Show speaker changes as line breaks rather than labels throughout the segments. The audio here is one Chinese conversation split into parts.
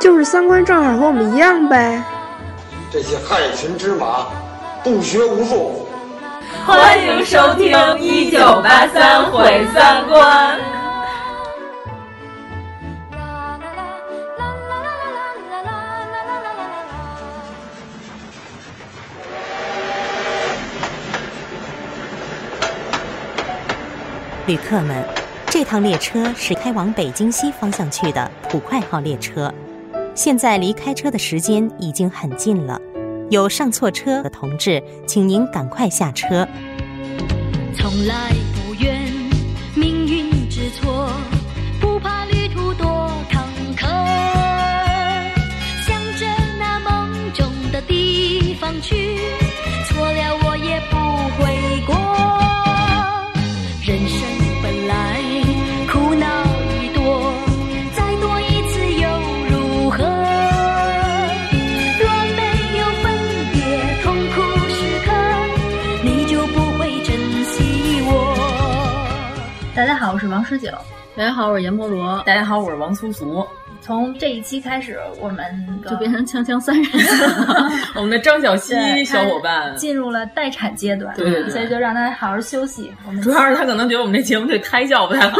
就是三观正好和我们一样呗。
这些害群之马，不学无术。
欢迎收听《一九八三毁三观》。
旅客们，这趟列车是开往北京西方向去的浦快号列车。现在离开车的时间已经很近了，有上错车的同志，请您赶快下车。
从来不怨命运之错，不怕旅途多坎坷。向着那梦中的地方去，错了我也不悔过。人生。
大家好，我是王十九。
大家好，我是阎摩罗。
大家好，我是王苏苏。
从这一期开始，我们
就变成锵锵三人行了。
我们的张小希小伙伴
进入了待产阶段，
对对对，
所以就让他好好休息。我们
主要是他可能觉得我们这节目这胎教不太好。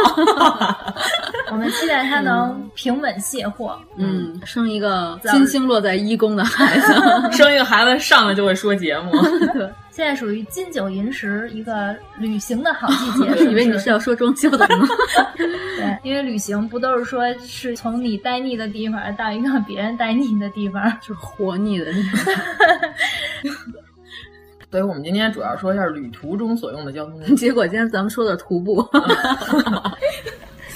我们期待他能平稳卸货，
嗯，生一个金星落在一宫的孩子，
生一个孩子上来就会说节目。
对。现在属于金九银十一个旅行的好季节，是
以为你是要说装修的吗？
对，因为旅行不都是说是从你待腻的地方到一个别人待腻的地方，
就是活腻的地方。
所以我们今天主要说一下旅途中所用的交通工具。
结果今天咱们说的徒步。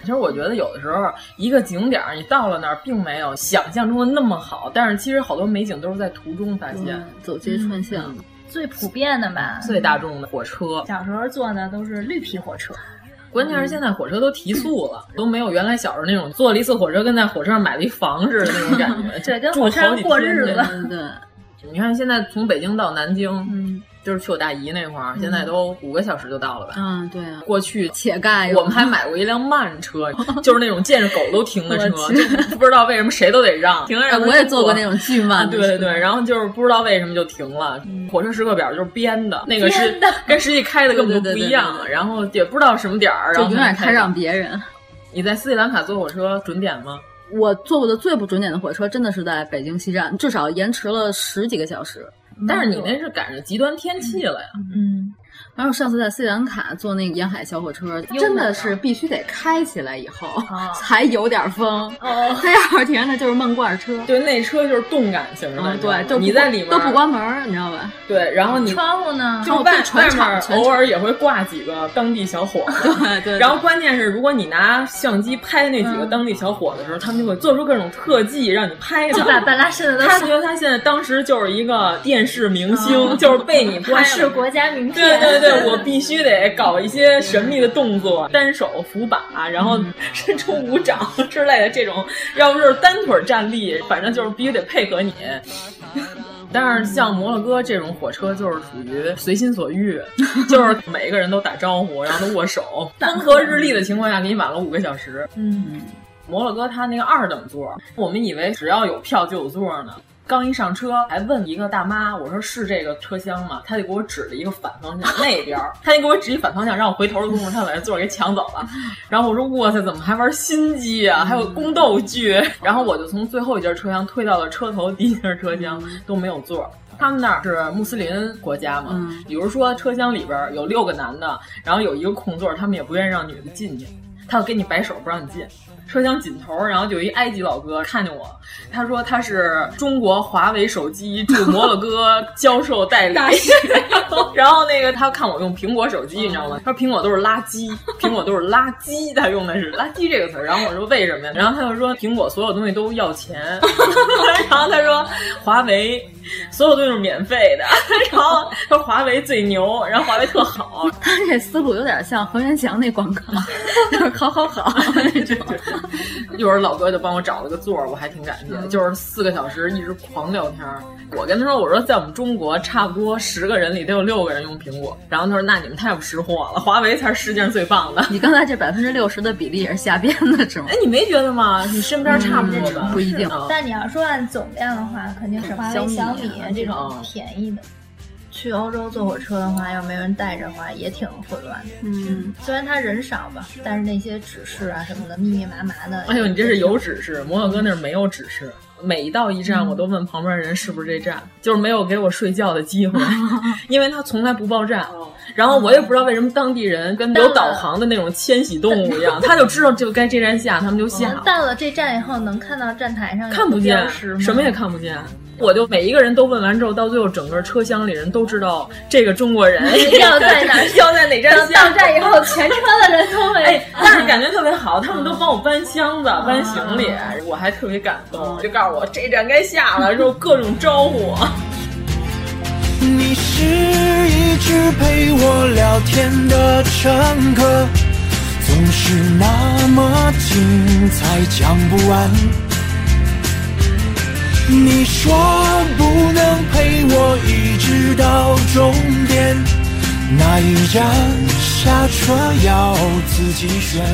其实我觉得有的时候，一个景点你到了那儿，并没有想象中的那么好，但是其实好多美景都是在途中发现，嗯、
走街串巷。嗯
最普遍的吧，
最大众的火车。
小时候坐的都是绿皮火车，
关键是现在火车都提速了，嗯、都没有原来小时候那种坐了一次火车跟在火车上买了一房似的那种感 觉，
对，跟火车上过日
子。 对，你看现在从北京到南京，嗯。就是去我大姨那块儿，现在都五个小时就到了吧？
嗯，对啊。
过去
乞丐，
我们还买过一辆慢 车，就是那种见着狗都停的车，就不知道为什么谁都得让。停让
我也坐过那种巨慢，
啊
嗯
对对对。然后就是不知道为什么就停了。火车时刻表就是编的，那个是跟实际开的根本就不一样。然后也不知道什么点儿，
就永远开让别人。
你在斯里兰卡坐火车准点吗？
我坐过的最不准点的火车，真的是在北京西站，至少延迟了十几个小时。
但是你那是赶上极端天气了呀。
嗯，然后上次在斯里兰卡坐那个沿海小火车，真的是必须得开起来以后、
啊
哦、才有点风。哦，它要是停那就是闷罐车。
对，那车啊就是动感型的。
嗯、对，就
你在里面
都不关门，你知道吧？
对，然后你
窗户
啊
呢，
就外外面偶尔也会挂几个当地小伙
子。对对。
然后关键是，如果你拿相机拍那几个当地小伙的时候，嗯、他们就会做出各种特技让你拍
就把半拉身子都。
他觉得他现在当时就是一个电。是明星，就是被你拍。
是国家名
片。对对对，我必须得搞一些神秘的动作，单手扶把，然后伸出五掌之类的这种，要不就是单腿站立，反正就是必须得配合你。 但是像摩洛哥这种火车就是属于随心所欲，就是每个人都打招呼，然后都握手，风和日丽的情况下给你晚了五个小时。
嗯，
摩洛哥它那个二等座，我们以为只要有票就有座呢。刚一上车，还问一个大妈：“我说是这个车厢吗？”她就给我指了一个反方向，那边儿，她就给我指一反方向，让我回头的功夫，她把这座儿给抢走了。然后我说：“哇塞，怎么还玩心机啊？还有宫斗剧？”然后我就从最后一节车厢推到了车头第一节车厢，都没有座。他们那儿是穆斯林国家嘛，
嗯、
比如说车厢里边有六个男的，然后有一个空座，他们也不愿意让女的进去，他就给你摆手不让你进。车厢尽头，然后有一埃及老哥看见我，他说他是中国华为手机驻摩洛哥销售代理， 然后那个他看我用苹果手机，你知道吗？他说苹果都是垃圾，苹果都是垃圾，他用的是垃圾这个词儿。然后我说为什么呀？然后他就说苹果所有东西都要钱， 然后他说华为所有东西是免费 的，然后他说华为最牛，然后华为特好，
他这思路有点像何元祥那广告，就是好好好那种。
一会儿老哥就帮我找了个座儿，我还挺感谢，就是四个小时一直狂聊天儿。我跟他说，我说在我们中国差不多十个人里得有六个人用苹果，然后他说那你们太不识货了，华为才是世界上最棒的。
你刚才这百分之六十的比例也是瞎编的，是吗？
哎，你没觉得吗？你身边差不多吧？
嗯不一定。
但你要说按总量的话，肯定是华为、小米啊这种便宜的。去欧洲坐火车的话，要没人带着的话，也挺混乱的。嗯，虽然他人少吧，但是那些指示啊什么的，密密麻麻的。
哎呦，你这是有指示，摩洛哥那儿没有指示。每到一
嗯
站，我都问旁边人是不是这站，就是没有给我睡觉的机 会，因为他从来不报站。
哦
然后我也不知道为什么当地人跟有导航的那种迁徙动物一样，他就知道就该这站下，他们就
哦
下。
嗯到了这站以后，能看到站台上
看不见，什么也看不见。我就每一个人都问完之后，到最后整个车厢里人都知道这个中国人
要在哪，
要在哪站下。
到站以后，全车的人都会，
哎、但是感觉特别好，他们都帮我搬箱子、搬行李，我还特别感动，就告诉我这站该下了，之后各种招呼我。
你是一直陪我聊天的乘客，总是那么精彩，讲不完。你说不能陪我一直到终点，哪一站下车要自己选。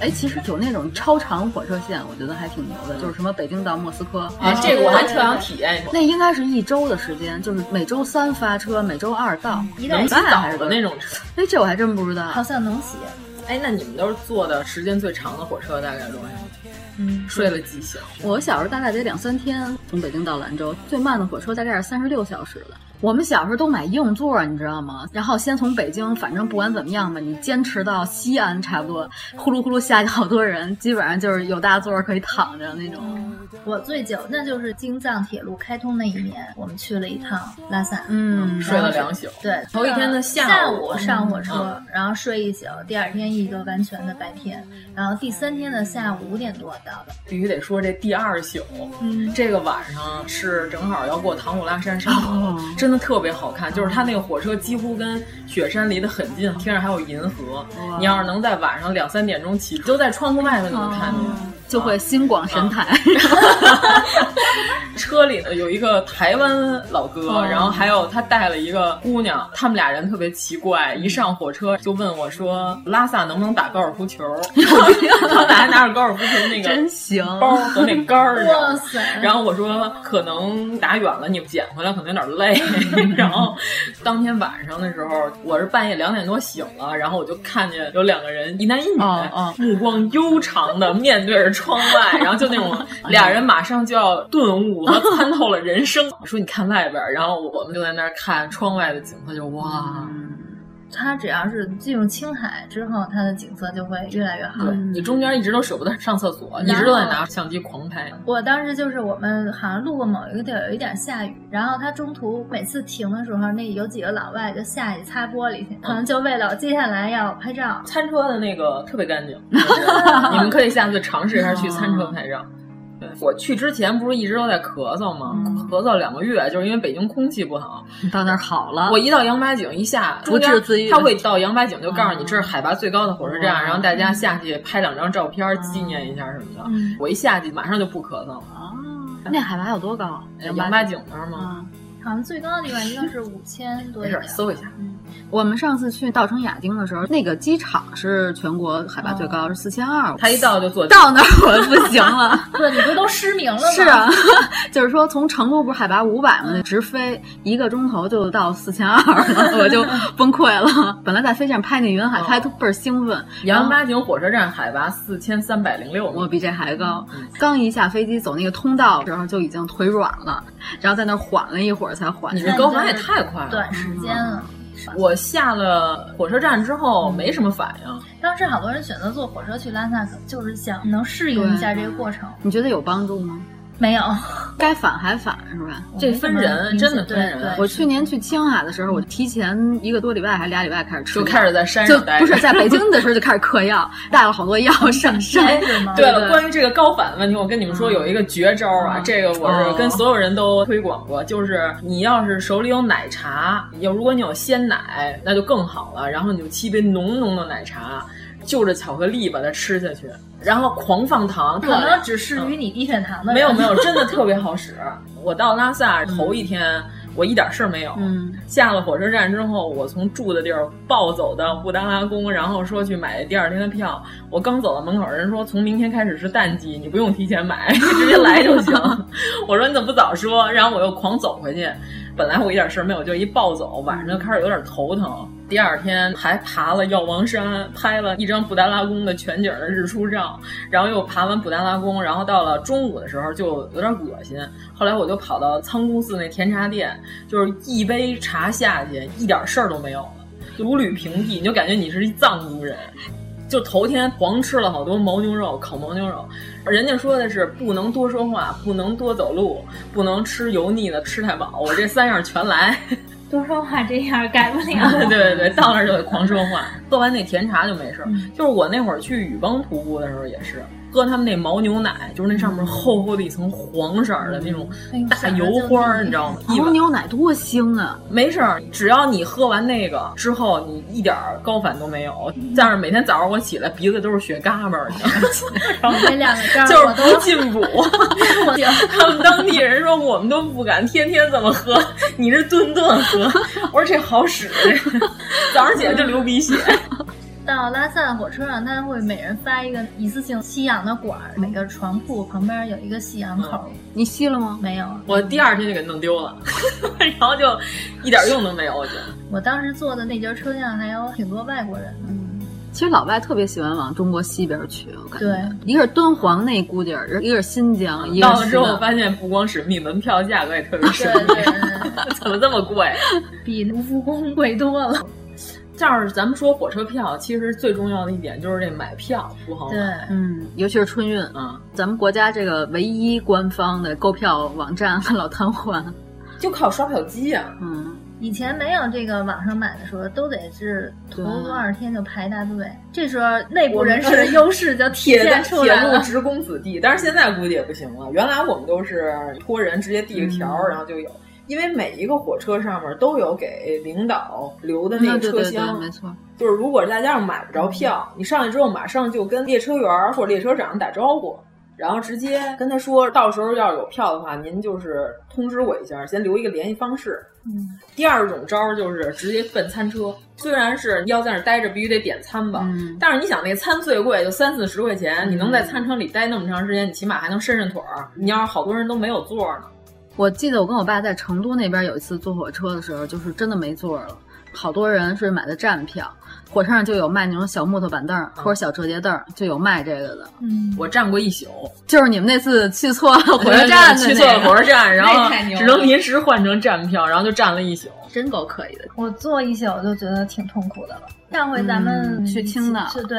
哎，其实有那种超长火车线，我觉得还挺牛的，就是什么北京到莫斯科，
哎
啊，这个我还特想体验。
那应该是一周的时间，就是每周三发车，每周二到，
一
能洗澡的那种。
哎，这我还真不知道，
好像能洗。
哎，那你们都是坐的时间最长的火车，大概多少？嗯，睡了几小时？
我小时候大概得两三天，从北京到兰州，最慢的火车大概是三十六小时的。我们小时候都买硬座，你知道吗？然后先从北京，反正不管怎么样吧，你坚持到西安，差不多呼噜呼噜下去好多人，基本上就是有大座可以躺着那种。
我最久那就是京藏铁路开通那一年，我们去了一趟拉萨，
嗯，
睡了两宿。
对，
头一天的
下
午
上火车，嗯、然后睡一宿，第二天一个完全的白天，然后第三天的下午五点多到的。
必须得说这第二宿，
嗯，
这个晚上是正好要过唐古拉山上坡，哦、真的特别好看，就是它那个火车几乎跟雪山离得很近，天上还有银河。哦、你要是能在晚上两三点钟起，就在窗户外头你能看见。哦
就会心广神台、
啊， 车里呢有一个台湾老哥，哦、然后还有他带了一个姑娘，他们俩人特别奇怪，一上火车就问我说拉萨能不能打高尔夫球， 他俩还拿着高尔夫球那个
真行
包和那杆儿，
哇塞！
然后我说可能打远了，你们捡回来可能有点 累。然后当天晚上的时候，我是半夜两点多醒了，然后我就看见有两个人，一男一女，
哦哦、
目光悠长的面对着。窗外，然后就那
哦
种俩人马上就要顿悟和参透了人生。我说你看外边，然后我们就在那儿看窗外的景色，就哇！
它只要是进入青海之后，它的景色就会越来越
嗯
好。
对你中间一直都舍不得上厕所，一直都在
哦
拿相机狂拍。
我当时就是我们好像路过某一个地儿，有一点下雨，然后它中途每次停的时候，那有几个老外就下去擦玻璃去，可能就为了接下来要拍照。
餐车的那个特别干净，你们可以下次尝试一下去餐车拍照。对我去之前不是一直都在咳嗽吗？嗯、咳嗽两个月，就是因为北京空气不好。
你到那儿好了。
我一到杨八井一下，
不治自愈。
他会到杨八井就告诉你这是海拔最高的火车站，嗯、然后大家下去拍两张照片、嗯、纪念一下什么的。我一下去马上就不咳嗽了。啊，
嗯
哎
那海拔有多高？啊
杨八井那儿
嗯
吗？
好像最高的地方应该是五千多。
没事，搜一下。
我们上次去稻城亚丁的时候，那个机场是全国海拔最
啊
高，是四千二。
他一到就坐
到那儿我不行 了，
不，你不都失明了吗？
是啊， 就是说从成都不是海拔五百吗？直飞一个钟头就到四千二了，我就崩溃了。本来在飞机上拍那云
哦
海，拍倍儿兴奋。
杨八井火车站海拔四千三百零六，嗯
我比这还高。刚一下飞机走那个通道时候就已经腿软了，然后在那缓了一会儿才缓。
你这高反也太快了，
短时间了。
我下了火车站之后没什么反应。
当时好多人选择坐火车去拉萨，就是想能适应一下这个过程。
你觉得有帮助吗？
没有，
该反还反是吧？
这分人，真的分人。
我去年去青海的时候，我提前一个多礼拜还是俩礼拜开始吃，
就开始在山上待。
不是在北京的时候就开始嗑 药，带了好多药上山。
对了，关于这个高反问题，我跟你们说有一个绝招啊，这个我是跟所有人都推广过，就是你要是手里有奶茶，有如果你有鲜奶，那就更好了。然后你就沏杯浓浓的奶茶，就着巧克力把它吃下去。然后狂放糖，
可能只适于你低血糖的、嗯。
没有没有， 真的特别好使。我到拉萨头一天，嗯、我一点事儿没有。
嗯，
下了火车站之后，我从住的地儿暴走到布达拉宫，然后说去买第二天的票。我刚走到门口，人说从明天开始是淡季，你不用提前买， 直接来就行。我说你怎么不早说？然后我又狂走回去。本来我一点事儿没有，就一暴走，晚上就开始有点头疼。第二天还爬了药王山，拍了一张布达拉宫的全景的日出照，然后又爬完布达拉宫，然后到了中午的时候就有点恶心。后来我就跑到仓宫寺那甜茶店，就是一杯茶下去，一点事儿都没有了，如履平地，你就感觉你是一藏族人。就头天狂吃了好多牦牛肉，烤牦牛肉。人家说的是不能多说话，不能多走路，不能吃油腻的，吃太饱。我这三样全来。
多说话这样改不了。
对对对，到那儿就得狂说话。喝完那甜茶就没事。嗯、就是我那会儿去雨崩瀑布的时候也是，喝他们那牦牛奶，就是那上面厚厚的一层黄色的那种
哎
大油花儿，你知道吗？
牦牛奶多香啊！
没事儿，只要你喝完那个之后，你一点高反都没有。
嗯
但是每天早上我起来鼻子都是血嘎巴儿，
然后这两 个
就是不进补。 他们当地人说我们都不敢天天这么喝，你是顿顿喝。 我说这好使， 早上起来就流鼻血。
到拉萨的火车上，他会每人发一个一次性吸氧的管，每个床铺旁边有一个吸氧口。嗯、
你吸了吗？
没有，
我第二天就给弄丢了， 然后就一点用都没有。我觉得
我当时坐的那节车厢还有挺多外国人的。嗯
其实老外特别喜欢往中国西边去，我感觉。
对，
一个是敦煌那估计儿，一个是新疆。一个
到了之后发现，不光神秘，门票价格也特别神秘， 怎么这么贵？啊
比卢浮宫贵多了。
要是咱们说火车票，其实最重要的一点就是这买票不好买。
对，
嗯，尤其是春运，
嗯，
咱们国家这个唯一官方的购票网站老瘫痪，
就靠刷票机呀、
啊。嗯。
以前没有这个网上买的时候，都得是头多少天就排大队。这时候内部人士的优势就 体现出
来了。铁路职工子弟，但是现在估计也不行了。原来我们都是托人直接递个条，嗯、然后就有，因为每一个火车上面都有给领导留的那个车
对
厢，
对对没错。
就是如果大家要买不着票，嗯、你上去之后马上就跟列车员或列车长打招呼。然后直接跟他说，到时候要有票的话，您就是通知我一下，先留一个联系方式。
嗯，
第二种招就是直接奔餐车，虽然是要在那待着，必须得点餐吧，
嗯、
但是你想那餐最贵就三四十块钱，嗯、你能在餐车里待那么长时间，你起码还能伸伸腿儿。你要是好多人都没有座呢，
我记得我跟我爸在成都那边有一次坐火车的时候，就是真的没座了，好多人是买的站票。火车上就有卖那种小木头板凳或者小折叠凳，就有卖这个的。
嗯，
我站过一宿，
就是你们那次去错火车站的，
去错火车站，然后只能临时换成站票，然后就站了一宿，
真够可以的。
我坐一宿就觉得挺痛苦的了。上回咱们
嗯去青岛，嗯
是对，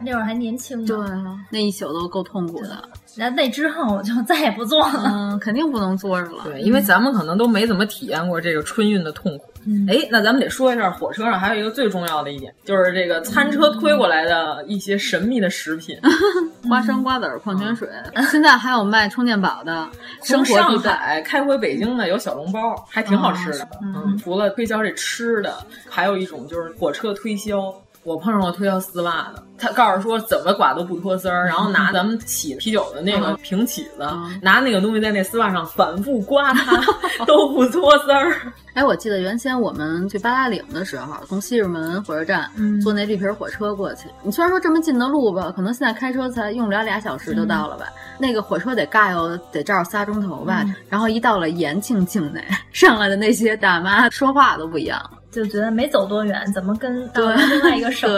那会儿还年轻呢，
对，啊那一宿都够痛苦的。
那那之后我就再也不坐了，
嗯，肯定不能坐着了。
对，啊因为咱们可能都没怎么体验过这个春运的痛苦。哎、
嗯，
那咱们得说一下火车上还有一个最重要的一点，就是这个餐车推过来的一些神秘的食品，
嗯、花生、瓜子、矿泉水。嗯、现在还有卖充电宝的，
从上海开回北京的有小笼包，还挺好吃的。嗯，除了推销这吃的，还有一种就是火车推销。我碰上过推销丝袜的，他告诉说怎么刮都不脱丝儿，然后拿咱们起啤酒的那个瓶起子，嗯、拿那个东西在那丝袜上反复刮它， 都不脱丝儿。
哎，我记得原先我们去八达岭的时候，从西直门火车站、
嗯、
坐那绿皮火车过去，你虽然说这么近的路吧，可能现在开车才用不了俩小时就到了吧，嗯、那个火车得尬悠得照仨钟头吧，然后一到了延庆境内， 上来的那些大妈说话都不一样了。
就觉得没走多远，怎么跟到另外一个省？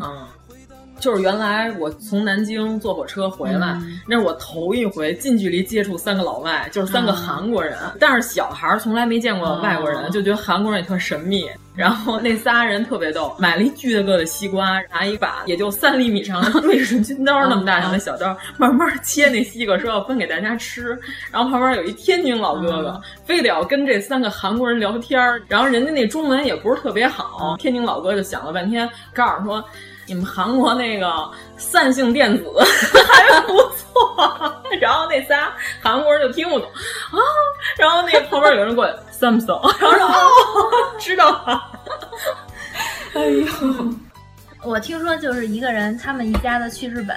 嗯，就是原来我从南京坐火车回来，
嗯
那是我头一回近距离接触三个老外，就是三个韩国人。但是小孩儿从来没见过外国人，
嗯哦
就觉得韩国人也特神秘。然后那仨人特别逗，买了一巨大个的西瓜，拿一把也就三厘米长的瑞士军刀那么大长的小刀，慢慢切那西瓜，说要分给大家吃。然后旁边有一天津老哥哥，非得要跟这三个韩国人聊天儿，然后人家那中文也不是特别好，天津老哥就想了半天，告诉说你们韩国那个散性电子 还不错。然后那仨韩国人就听不懂啊，然后那旁边有人过来 Samsung，然后 说哦，知道了。哎呦，
我听说就是一个人，他们一家子去日本，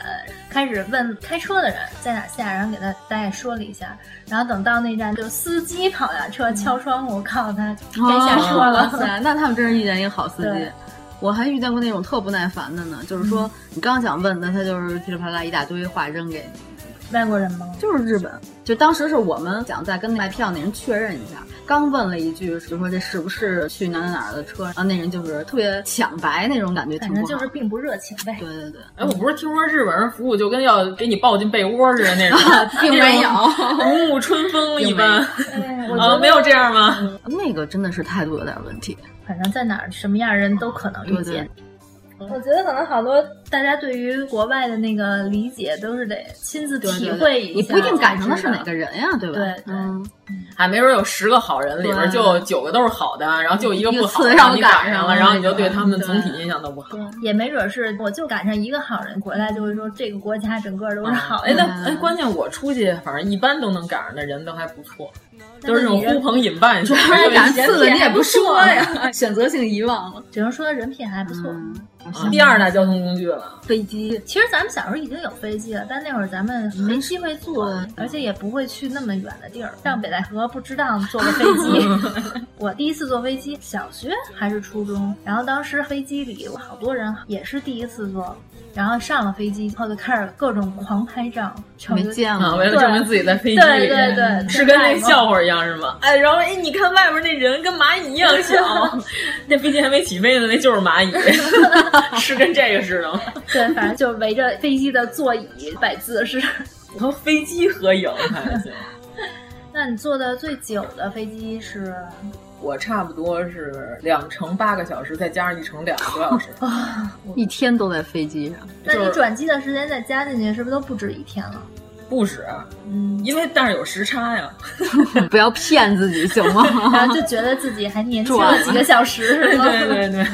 开始问开车的人在哪下，然后给他大概说了一下，然后等到那站，就司机跑下车
嗯
敲窗户，告诉他
哦
该下车了。
哇塞，那他们真是遇见一个好司机
对。
我还遇见过那种特不耐烦的呢，就是说、你刚想问他，他就是噼里啪啦一大堆话扔给你。
外国人吗？
就是日本，就当时是我们想再跟卖票那人确认一下，刚问了一句，就说这是不是去哪哪哪儿的车，然后那人就是特别抢白那种感觉，
反正就是并不热情呗。
对对对，，
哎，我不是听说日本人服务就跟要给你抱进被窝似的 那种
并没有
如沐春风一般
哎我觉
啊，
得
没有这样吗？
那个真的是态度有点问题。
反正在哪儿什么样人都可能遇
对
见。我觉得可能好多大家对于国外的那个理解都是得亲自
对对
体
对
会一下，
你不一定赶上的是哪个人呀、对吧？
对对
嗯，
还啊没准有十个好人，里边
对
就九个都是好的，然后就一个不好
一个
的，
刺让
你
赶
赶
上
了，
了
然后你就对
对
他们总体印象都不好。
嗯也没准是我就赶上一个好人回来，就会说这个国家整个都是好
哎，
的。
但哎，关键我出去，反正一般都能赶上的人都还不错，
那
都是那种
你人
呼朋引伴型。
要是赶 上次了你也不说
人
呀， 选择性遗忘了。嗯
只能说人品还不错。
啊第二大交通工具了，
飞机
其实咱们小时候已经有飞机了，但那会儿咱们没机会坐，而且也不会去那么远的地儿。上北戴河不知道坐 过飞机， 我第一次坐飞机，小学还是初中。然后当时飞机里有好多人也是第一次坐，然后上了飞机以后就开始各种狂拍照，
没见
啊，
过，
为了证明自己在飞机里，
对对对
是跟那
在外
个
吗
笑话一样是吗？哎，然后哎，你看外面那人跟蚂蚁一样 小，那飞机还没起飞呢，那就是蚂 蚁，是跟这个似的吗。
对，反正就围着飞机的座椅摆姿势。
我和飞机合影还行，
那你坐的最久的飞机是？
我差不多是两乘八个小时，再加上一乘两个多小 时。
一天都在飞机上。
那
就
你
是
转机的时间再加进去，是不是都不止一天了？
不止，啊
嗯，
因为但是有时差呀。
不要骗自己行
然后
吗？
就觉得自己还年轻
转
了
了
几个小时，
对
是吧
对对对。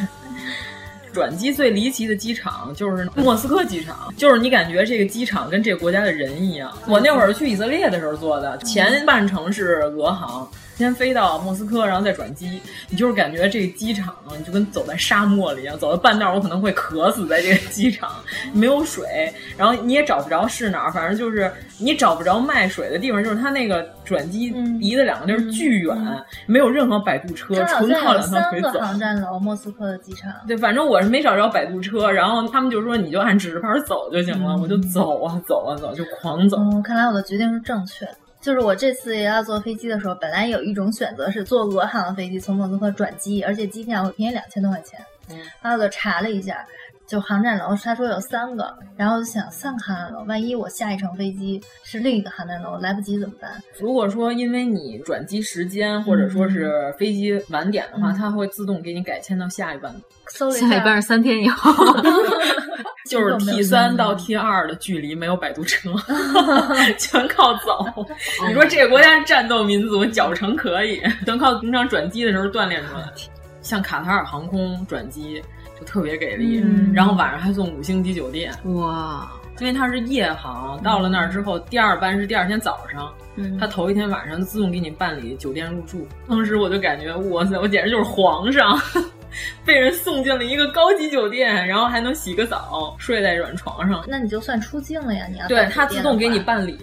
转机最离奇的机场就是莫斯科机场，就是你感觉这个机场跟这个国家的人一样。我那会儿去以色列的时候坐的，前半程是俄航，先飞到莫斯科，然后再转机。你就是感觉这个机场，你就跟走在沙漠里一样，啊走到半道儿我可能会渴死在这个机场，没有水，然后你也找不着是哪儿，反正就是你找不着卖水的地方，就是它那个转机离的两个地儿巨远，没有任何摆渡车，
嗯它好
纯靠两
像有
条
三
腿
个
走。
航站楼，莫斯科的机场。
对，反正我是没找着摆渡车，然后他们就说你就按指示牌走就行了，我就走啊走啊走，就狂走。
嗯，看来我的决定是正确的。就是我这次也要坐飞机的时候，本来有一种选择是坐俄航的飞机从莫斯科转机，而且机票会便宜两千多块钱。
嗯
然后我就查了一下，就航站楼，他说有三个，然后我就想三个航站楼，万一我下一程飞机是另一个航站楼，来不及怎么办？
如果说因为你转机时间或者说是飞机晚点的话，它会自动给你改签到下一班，
搜了一
下一班
下
是，三天以后，
就是 T 三到 T 二的嗯距离没有摆渡 车，全靠走。 你说这个国家战斗民族，脚程可以，全靠平常转机的时候锻炼出来。像卡塔尔航空转机就特别给力，
嗯
然后晚上还送五星级酒店。
哇，
因为它是夜航，到了那儿之后，第二班是第二天早上，
嗯
他头一天晚上自动给你办理酒店入住。当时我就感觉，哇塞，我简直就是皇上， 被人送进了一个高级酒店，然后还能洗个澡，睡在软床上。
那你就算出境了呀，你要
对
到
他
酒
自
店
动
的
给
话嗯
你办理，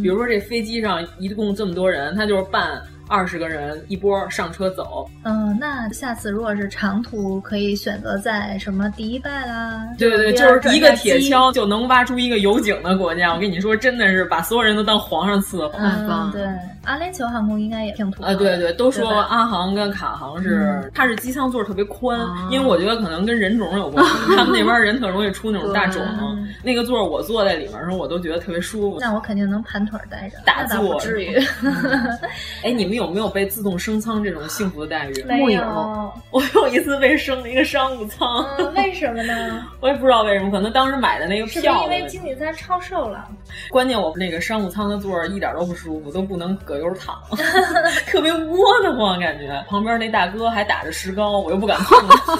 比如说这飞机上一共这么多人，他就是办二十个人一波上车走。
嗯，那下次如果是长途，可以选择在什么迪拜啦？
对对，
第
就
二
是一
转
个
嫁
铁
机
锹就能挖出一个油井的国家。我跟你说，真的是把所有人都当皇上伺候。
嗯，对，阿联酋航空应该也挺土
啊，对对，都说
吧嗯
阿航跟卡航是，它是机舱座儿特别宽，
啊
因为我觉得可能跟人种有关 系，他们那边人特容易出那种大
对
肿。那个座儿我坐在里面的时候，我都觉得特别舒服。
那我肯定能盘腿儿待着，
打
那倒不
坐
至于。
哎，你们有没有被自动升舱这种幸福的待遇？
没有，
我有一次被升了一个商务舱，
嗯为什么 呢？
我也不知道为什么，可能当时买的那个
是不是
票的
因为经济舱超售了？
关键我那个商务舱的座儿一点都不舒服，都不能葛优躺，特别窝得慌，感觉旁边那大哥还打着石膏，我又不敢碰。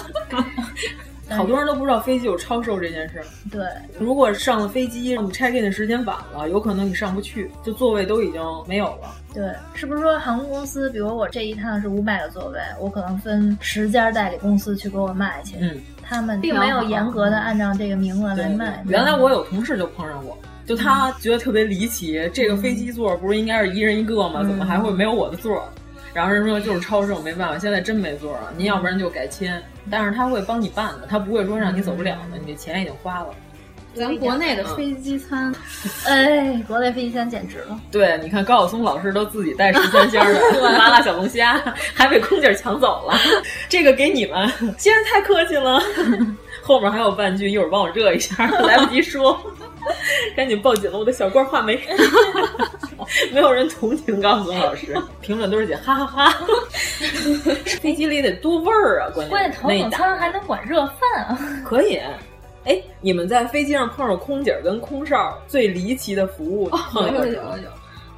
好多人都不知道飞机有超售这件事儿。
对，
如果上了飞机，你 check in 的时间晚了，有可能你上不去，就座位都已经没有了。
对，是不是说航空公司，比如我这一趟是五百个座位，我可能分十家代理公司去给我卖去，
嗯，
他们
挺
并
好
没有严格的按照这个名额来卖。
原来我有同事就碰上过，就他觉得特别离奇，这个飞机座不是应该是一人一个吗？
嗯
怎么还会没有我的座？然后人说就是超售，没办法，现在真没座了，您要不然就改签，但是他会帮你办的，他不会说让你走不了的，你的钱已经花了。
咱国内的飞机 餐，
哎，国内飞机餐简直了。
对，你看高晓松老师都自己带十三鲜儿 的麻辣小龙虾，还被空姐儿抢走了。这个给你们，先生太客气了。 后面还有半句，一会儿帮我热一下，来不及说， 赶紧抱紧了我的小官话梅。 没有人同情高晓松老师，评论都是姐哈哈哈 飞机里得多味儿啊，关键
关键头
那一
等
打
舱还能管热 饭啊！
可以。哎，你们在飞机上碰上空姐儿跟空少儿最离奇的服务，
有
碰
哦有
到
有
什么
有有，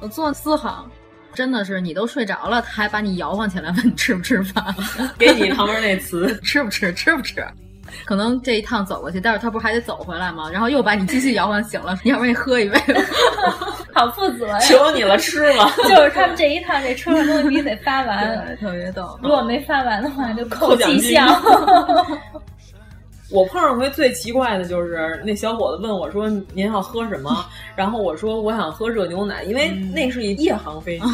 我坐私航。真的是你都睡着了，他还把你摇晃起来，问你吃不吃饭，
给你旁边那词
吃不吃，吃不吃。可能这一趟走过去，但是他不是还得走回来吗？然后又把你继续摇晃醒了， 要不然你喝一杯吧。
好负责 呀！
求你了，吃了。
就是他们这一趟这车上东西必须得发完，
特别逗。
如果没发完的话就
扣
扣
奖
绩
金
效。
我碰上回最奇怪的就是那小伙子问我说：“您要喝什么？” 然后我说：“我想喝热牛奶，因为那是一夜航飞机。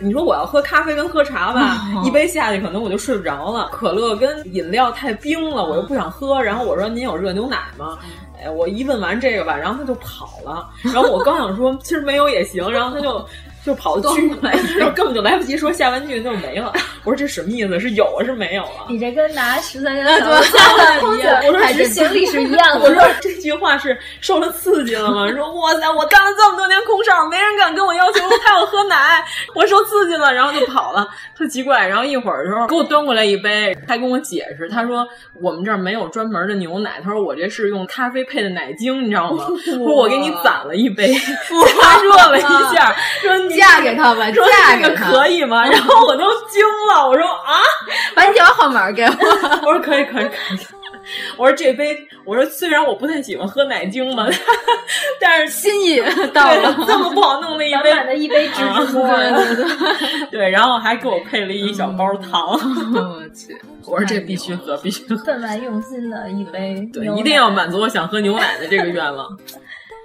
你说我要喝咖啡跟喝茶吧，
嗯
一杯下去可能我就睡不着了。可乐跟饮料太冰了，我又不想喝。然后我说：‘您有热牛奶吗？’哎，我一问完这个吧，然后他就跑了。然后我刚想说 其实没有也行，然后他就。就跑的巨快， 然后根本就来不及说下半句就没了。我说这什么意思？是有啊，是没有啊？
你这跟拿十三
哎
元
对
小
空姐儿
样，
我 说
还啊是
这
行李是一样的。
我说这句话是受了刺激了吗？说哇塞，我干了这么多年空少，没人敢跟我要求派我喝奶，我受刺激了，然后就跑了，特奇怪。然后一会儿的时候给我端过来一杯，还跟我解释，他说我们这儿没有专门的牛奶，他说我这是用咖啡配的奶精，你知道吗？说我给你攒了一杯，加热了一下，说你
嫁给他吧，
说
嫁
这
给
个
他，
可以吗？然后我都惊了，我说啊。
把你电话号码给我。
我说可以可以可以。我说这杯，我说虽然我不太喜欢喝奶精嘛， 但是
心意到了
对这么不好弄的一
满
杯，
满的一杯芝
啊
士 沫儿，
对对对，
对，然后还给我配了一小
嗯
包糖。
我去，
我说这必须喝，必须喝，
分外用心的一杯
对，
牛奶
一定要满足我想喝牛奶的这个愿望。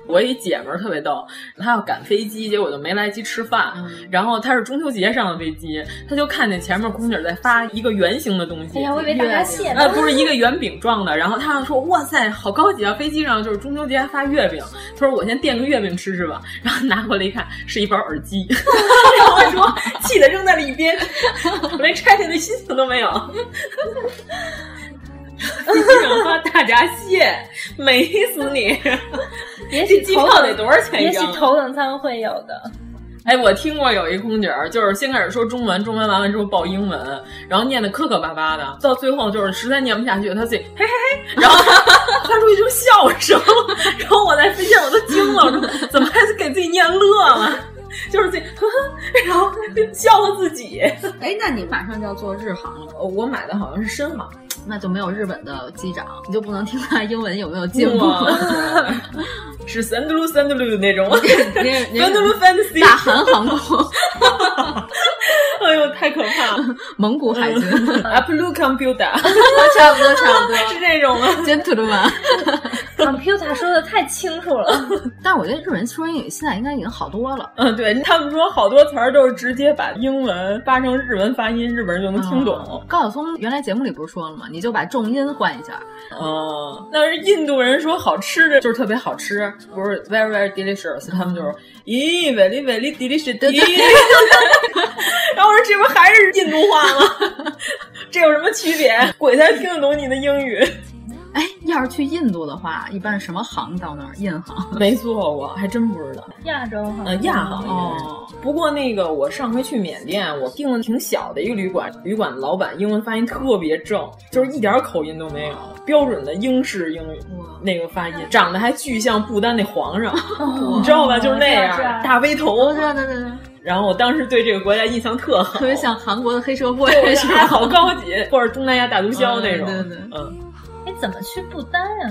我一姐们儿特别逗，她要赶飞机，结果就没来得及吃饭。
嗯
然后她是中秋节上的飞机，她就看见前面空姐在发一个圆形的东西。
哎呀，我以为大闸蟹呢
呃，。不是一个圆饼状的。然后他说：“哇塞，好高级啊！飞机上就是中秋节还发月饼。”他说：“我先垫个月饼吃吃吧。”然后拿过来一看，是一包耳机。 然后我说：“气得扔在了一边， 我连拆开的心情都没有。”飞机上发大闸蟹，美死你！
也许
这机
头
票
等
得多少钱一
也许
张
头等舱会有 的。
哎，我听过有一空姐儿，就是先开始说中文，中文完了之后报英文，然后念的磕磕巴巴的，到最后就是实在念不下去，她自己嘿嘿嘿，然后发出一声笑声，然后我在飞机上我都惊了，我说怎么还给自己念乐了？就是自己呵呵，然后就笑话自己。
哎，那你马上就要坐日航了，
哦我买的好像是深航，
那就没有日本的机长，你就不能听他英文有没有进步。
哇 是三嘟噜三嘟噜那种，
您您
三嘟噜 fantasy，
大韩航空、
哎呦太可怕了
蒙古海军，啊
，Apple Computer
差不多差不多，
是这种吗？
真土鲁曼，
computer 说的太清楚了，
但是我觉得日本人说英语现在应该已经好多了。
嗯，对他们说好多词儿都是直接把英文发成日文发音，日本人就能听懂。
嗯、高晓松原来节目里不是说了吗？你就把重音换一下。
哦、嗯，那是印度人说好吃的就是特别好吃，不是 very very delicious，他们就是咦 very very delicious。然后我说这不还是印度话吗？这有什么区别？鬼才听得懂你的英语。
哎，要是去印度的话，一般是什么行到那儿？印行
没坐过，还真不知道。
亚洲行，
嗯，亚行
哦。
不过那个，我上回去缅甸，我订了挺小的一个旅馆，旅馆老板英文发音特别正，就是一点口音都没有，标准的英式英语那个发音，长得还巨像不丹那皇上，
哦
你知道吧？就是那样，大背头。
对对对对。
然后我当时对这个国家印象特好，
特别像韩国的黑社会，
还好高级，或者东南亚大毒枭那种。
对对，嗯。
哎，怎么去不丹呀、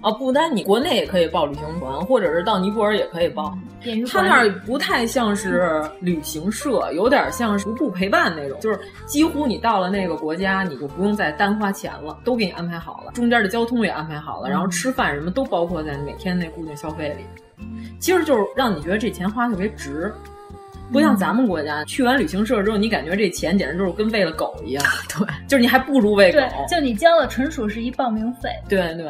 啊？啊，不丹你国内也可以报旅行团，或者是到尼泊尔也可以
嗯
报。他那儿不太像是旅行社，有点像是徒步陪伴那种，就是几乎你到了那个国家，你就不用再单花钱了，都给你安排好了，中间的交通也安排好了，然后吃饭什么都包括在每天那固定消费里。其实就是让你觉得这钱花特别值。不像咱们国家，去完旅行社之后，你感觉这钱简直就是跟喂了狗一样。
对，
就是你还不如喂狗。
就你交了，纯属是一报名费。
对对，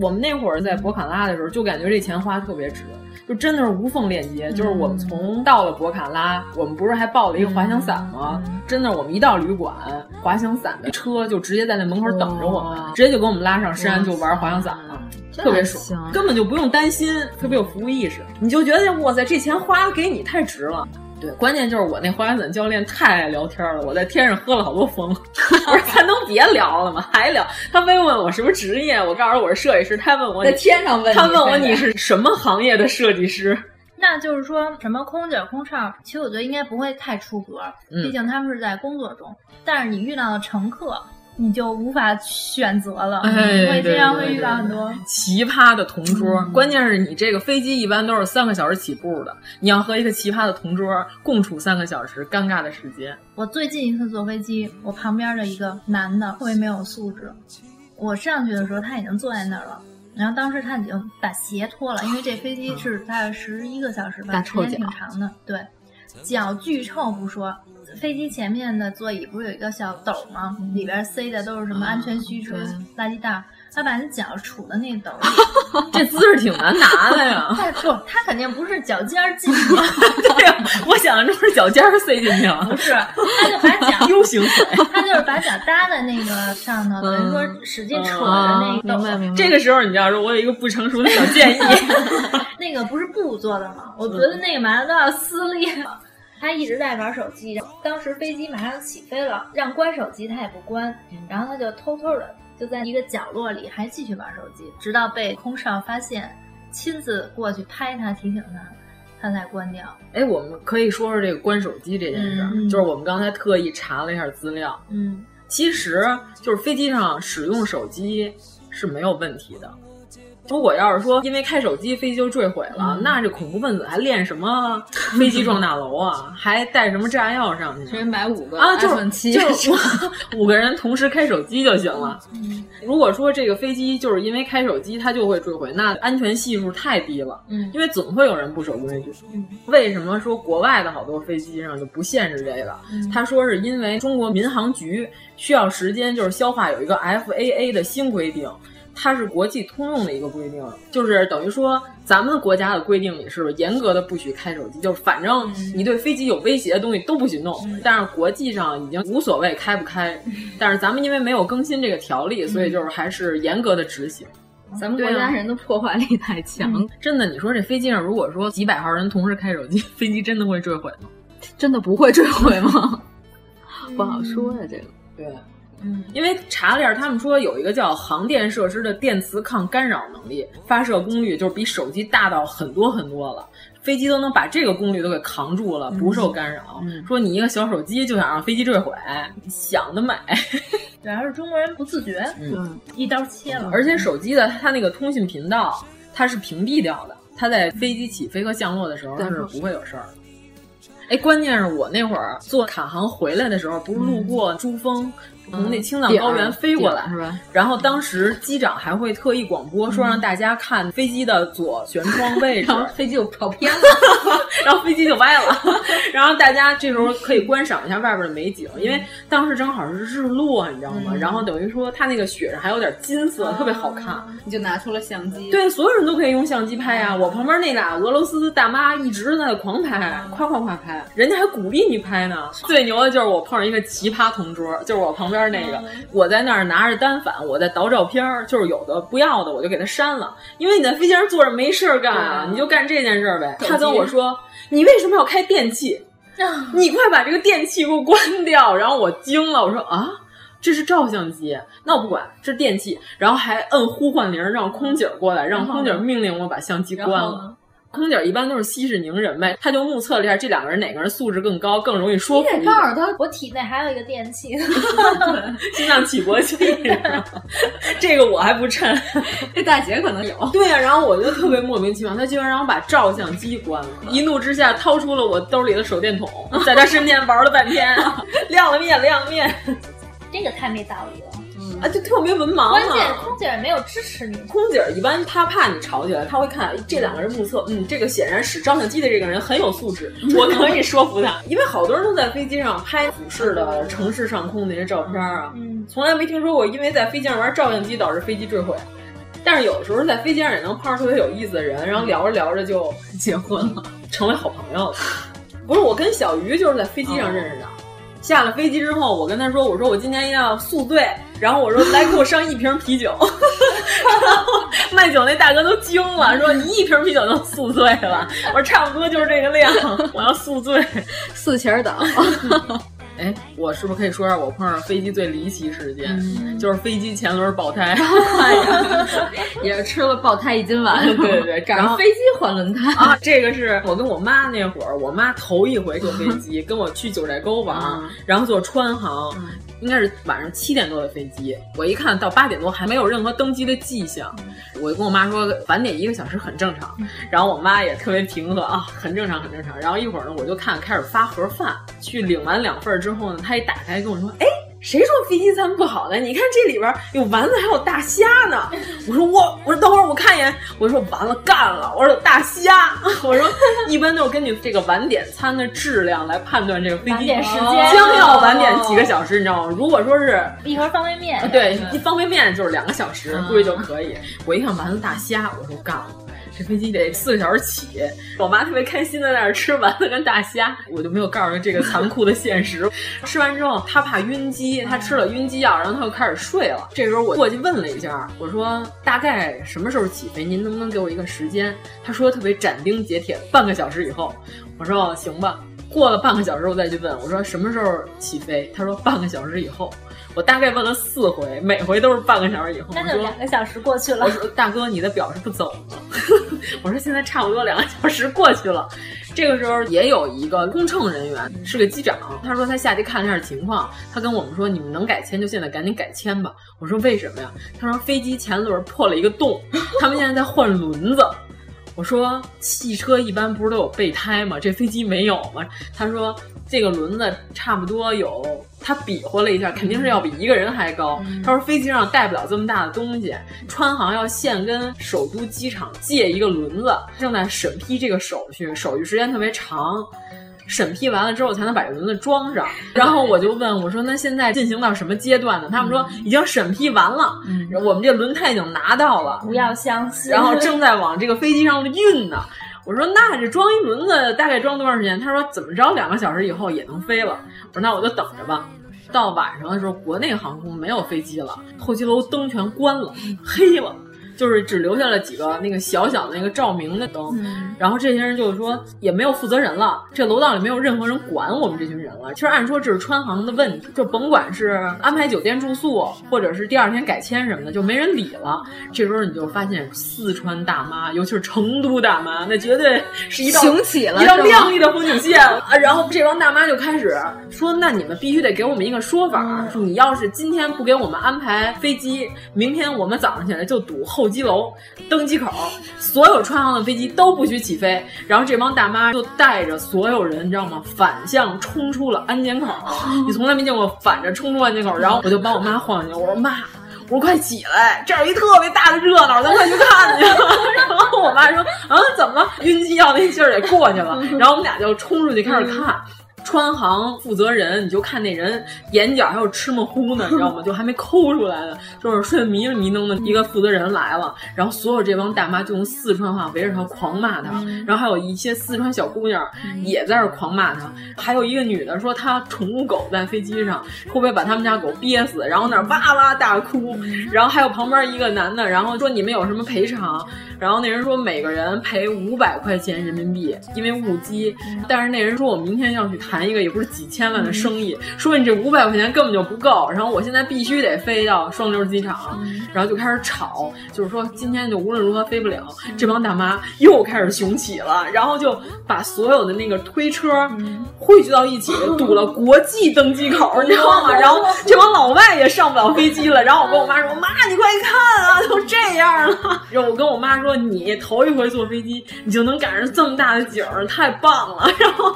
我们那会儿在博卡拉的时候，就感觉这钱花特别值，就真的是无缝链接。就是我们从到了博卡拉，我们不是还抱了一个滑翔伞吗？真的，我们一到旅馆，滑翔伞的车就直接在那门口等着我们，直接就给我们拉上山就玩滑翔伞了。特别爽，根本就不用担心，特别有服务意识，你就觉得哇塞，这钱花给你太值了。对，关键就是我那滑翔伞教练太爱聊天了，我在天上喝了好多风。 我说咱能别聊了吗？还聊？他非问我什么职业，我告诉我是设计师。他问我
在天上问，
他问我你是什么行业的设计师？
那就是说什么空姐、空少，其实我觉得应该不会太出格，嗯、毕竟他们是在工作中。但是你遇到的乘客。你就无法选择了，
哎、
会经常会遇到很多
奇葩的同桌。嗯、关键是你这个飞机一般都是三个小时起步的，你要和一个奇葩的同桌共处三个小时，尴尬的时间。
我最近一次坐飞机，我旁边的一个男的特别没有素质，我上去的时候他已经坐在那儿了。然后当时他已经把鞋脱了，因为这飞机是大概十一个小时吧，时间挺长的。对，脚巨臭不说。飞机前面的座椅不是有一个小斗吗？里边塞的都是什么安全须知、垃圾袋。他把你脚杵到那斗里，
这姿势挺难拿的呀。
再不，他肯定不是脚尖进去。
对呀，我想这不是脚尖塞进去 啊？
不是，他就把 脚
U 型腿，
他就是把脚搭在那个上头，等于说
嗯
使
哦
劲杵着那个斗。
这个时候你知道说，我有一个不成熟的小建议。
那个不是布做的吗？我觉得那个麻都要撕裂了。他一直在玩手机，当时飞机马上起飞了，让关手机他也不关，
嗯
然后他就偷偷的就在一个角落里还继续玩手机，直到被空少发现，亲自过去拍他提醒他，他才关掉。
哎，我们可以说说这个关手机这件事儿，嗯、就是我们刚才特意查了一下资料，
嗯，
其实就是飞机上使用手机是没有问题的。如果要是说因为开手机飞机就坠毁了，嗯、那这恐怖分子还练什么飞机撞大楼啊？ 还带什么炸药上去？
直接买五个
啊，就是就五个人同时开手机就行了。
嗯、
如果说这个飞机就是因为开手机它就会坠毁，那安全系数太低了。
嗯，
因为总会有人不守规矩。
嗯、
为什么说国外的好多飞机上就不限制这个？
嗯
他说是因为中国民航局需要时间，就是消化有一个 FAA 的新规定。它是国际通用的一个规定，就是等于说咱们国家的规定里是严格的不许开手机，就是反正你对飞机有威胁的东西都不许弄。但是国际上已经无所谓开不开，但是咱们因为没有更新这个条例，所以就是还是严格的执行。
咱
啊
们国家人的破坏力太强，
啊嗯、真的，你说这飞机上如果说几百号人同时开手机， 飞机真的会坠毁吗？
真的不会坠毁吗？不好说呀、啊，这个
对。嗯因为查了一下，他们说有一个叫航电设施的电磁抗干扰能力，发射功率就是比手机大到很多很多了，飞机都能把这个功率都给扛住了，不受干扰。
嗯嗯、
说你一个小手机就想让飞机坠毁，想得美。
主要是中国人不自觉，
嗯，
一刀切了。
而且手机的它那个通讯频道，它是屏蔽掉的，它在飞机起飞和降落的时候是不会有事儿的。哎，关键是我那会儿坐卡航回来的时候，不是路过珠峰，嗯、从那青藏高原飞过来，
是吧？
然后当时机长还会特意广播说让大家看飞机的左舷窗位置，
然后飞机就跑偏了，
然后飞机就歪了， 然后大家这时候可以观赏一下外边的美景，因为当时正好是日落，你知道吗？
嗯
然后等于说它那个雪上还有点金色，特别好看。
你就拿出了相机，嗯
对，所有人都可以用相机拍啊！我旁边那俩俄罗斯大妈一直在那狂拍，
嗯
夸夸夸拍，人家还鼓励你拍呢。最牛的就是我碰上一个奇葩同桌，就是我旁边那个，
嗯
我在那儿拿着单反，我在倒照片儿，就是有的不要的我就给他删了，因为你在飞机上坐着没事儿干啊，你就干这件事儿呗。
手机
他跟我说：“你为什么要开电器？ 你快把这个电器给我关掉！”然后我惊了，我说：“啊。”这是照相机，那我不管，这是电器，然后还摁呼唤铃儿让空姐儿过来，让
嗯
空姐儿命令我把相机关
然后
了。空姐儿一般都是息事宁人呗，他就目测了一下这两个人哪个人素质更高，更容易说服
你
一
得
点
告诉他，我体内还有一个电 器。
心脏起搏器， 这个我还不 趁。
这大姐可能有。
对啊呀、然后我就特别莫名其妙，他居然让我把照相机关了，一怒之下掏出了我兜里的手电筒，在他身边玩了半 天，亮了面，亮了面
这个太没道理了。
啊，就特别文盲、啊。
关键空姐没有支持你，
空姐儿一般她怕你吵起来，她会看哎这两个人目测，嗯，这个显然使照相机的这个人很有素质，我可以说服他，因为好多人都在飞机上拍俯视的城市上空那些照片啊，
嗯，
从来没听说过因为在飞机上玩照相机导致飞机坠毁。但是有的时候在飞机上也能碰上特别有意思的人，然后聊着聊着就
结婚了，
成为好朋友了。不是我跟小鱼就是在飞机上认识
哦
的，下了飞机之后，我跟他说，我说我今天要宿醉，然后我说来给我上一瓶啤酒， 然后卖酒那大哥都惊了，说你一瓶啤酒就宿醉了，我说差不多就是这个量，我要宿醉。
四钱儿岛，
哎，我是不是可以说下我碰上飞机最离奇事件？
嗯
就是飞机前轮爆 胎。
也吃了爆胎一斤丸，
对对对
赶
然后
上飞机换轮胎
啊，这个是我跟我妈那会儿，我妈头一回坐飞机，跟我去九寨沟玩，
嗯
然后坐川航，应该是晚上七点多的飞机。我一看到八点多还没有任何登机的迹象，我就跟我妈说晚点一个小时很正常。
嗯
然后我妈也特别平和啊，很正常，很正常。然后一会儿呢，我就看开始发盒饭，去领完两份儿之后呢，她一打开跟我说，哎。谁说飞机餐不好呢？你看这里边有丸子，还有大虾呢。我说我，我说等会儿我看一眼。我说完了，干了。我说有大虾，我 说一般都是根据这个晚点餐的质量来判断这个飞
晚
机
点时间哦
将要晚点几个小时，你知道吗？如果说是
一盒方便面，
啊对，一方便面就是两个小时，估计就可以。我一看丸子大虾，我说干了。这飞机得四个小时起，我妈特别开心的在那儿吃丸子跟大虾，我就没有告诉她这个残酷的现实。 吃完之后，她怕晕机，她吃了晕机药，然后她就开始睡了。这时候我过去问了一下，我说大概什么时候起飞？您能不能给我一个时间？她说特别斩钉截铁，半个小时以后。我说哦行吧。过了半个小时，我再去问我说什么时候起飞？她说半个小时以后。我大概问了四回，每回都是半个小时以后。
那
我
就
说
两个小时过去了
我。说大哥，你的表是不走吗？ 我说现在差不多两个小时过去了。这个时候也有一个空乘人员，是个机长，他说他下去看了一下情况，他跟我们说你们能改签就现在赶紧改签吧。我说为什么呀？他说飞机前轮破了一个洞，他们现在在换轮子。我说汽车一般不是都有备胎吗？这飞机没有吗？他说这个轮子差不多有，他比划了一下，肯定是要比一个人还高。他说飞机上带不了这么大的东西，川航要现跟首都机场借一个轮子，正在审批这个手续，手续时间特别长。审批完了之后才能把这轮子装上。然后我就问我说：“那现在进行到什么阶段呢？”他们说已经审批完了，我们这轮胎已经拿到了，
不要相信。
然后 正在往这个飞机上运呢。我说那这装一轮子大概装多长时间？他说怎么着两个小时以后也能飞了。我说那我就等着吧。到晚上的时候，国内航空没有飞机了，候机楼灯全关了，黑了，就是只留下了几个那个小小的那个照明的灯。
嗯
然后这些人就是说也没有负责人了，这楼道里没有任何人管我们这群人了。其实按说这是川航的问题，就甭管是安排酒店住宿，或者是第二天改签什么的，就没人理了。这时候你就发现四川大妈，尤其是成都大妈，那绝对是一道
雄起了
一道
是吗
亮丽的风景线啊！然后这帮大妈就开始说：“那你们必须得给我们一个
嗯
说法，说你要是今天不给我们安排飞机，明天我们早上起来就堵候候机楼、登机口，所有川航的飞机都不许起飞。然后这帮大妈就带着所有人，你知道吗？反向冲出了安检口。
嗯
你从来没见过反着冲出安检口。然后我就把我妈晃进去，我说妈。我说快起来，这儿有一特别大的热闹，咱快去看去。 然后我妈说啊，怎么了？晕机药那劲儿给过去了。然后我们俩就冲出去开始看。川航负责人，你就看那人眼角还有吃么糊呢，你知道吗？就还没抠出来呢，就是睡得迷了迷瞪的一个负责人来了，然后所有这帮大妈就用四川话围着他狂骂他，然后还有一些四川小姑娘也在这狂骂他，还有一个女的说她宠物狗在飞机上会不会把他们家狗憋死，然后那儿哇哇大哭，然后还有旁边一个男的，然后说你们有什么赔偿？然后那人说每个人赔五百块钱人民币，因为误机，但是那人说我明天要去谈。谈一个也不是几千万的生意，嗯、说你这五百块钱根本就不够，然后我现在必须得飞到双流机场，嗯、然后就开始吵，就是说今天就无论如何飞不了。这帮大妈又开始雄起了，然后就把所有的那个推车汇聚到一起，堵了国际登机口，你知道吗？然后这帮老外也上不了飞机了。然后我跟我妈说：“妈，你快看啊，都这样了。”然后我跟我妈说：“你头一回坐飞机，你就能赶上这么大的景儿，太棒了。” 然后，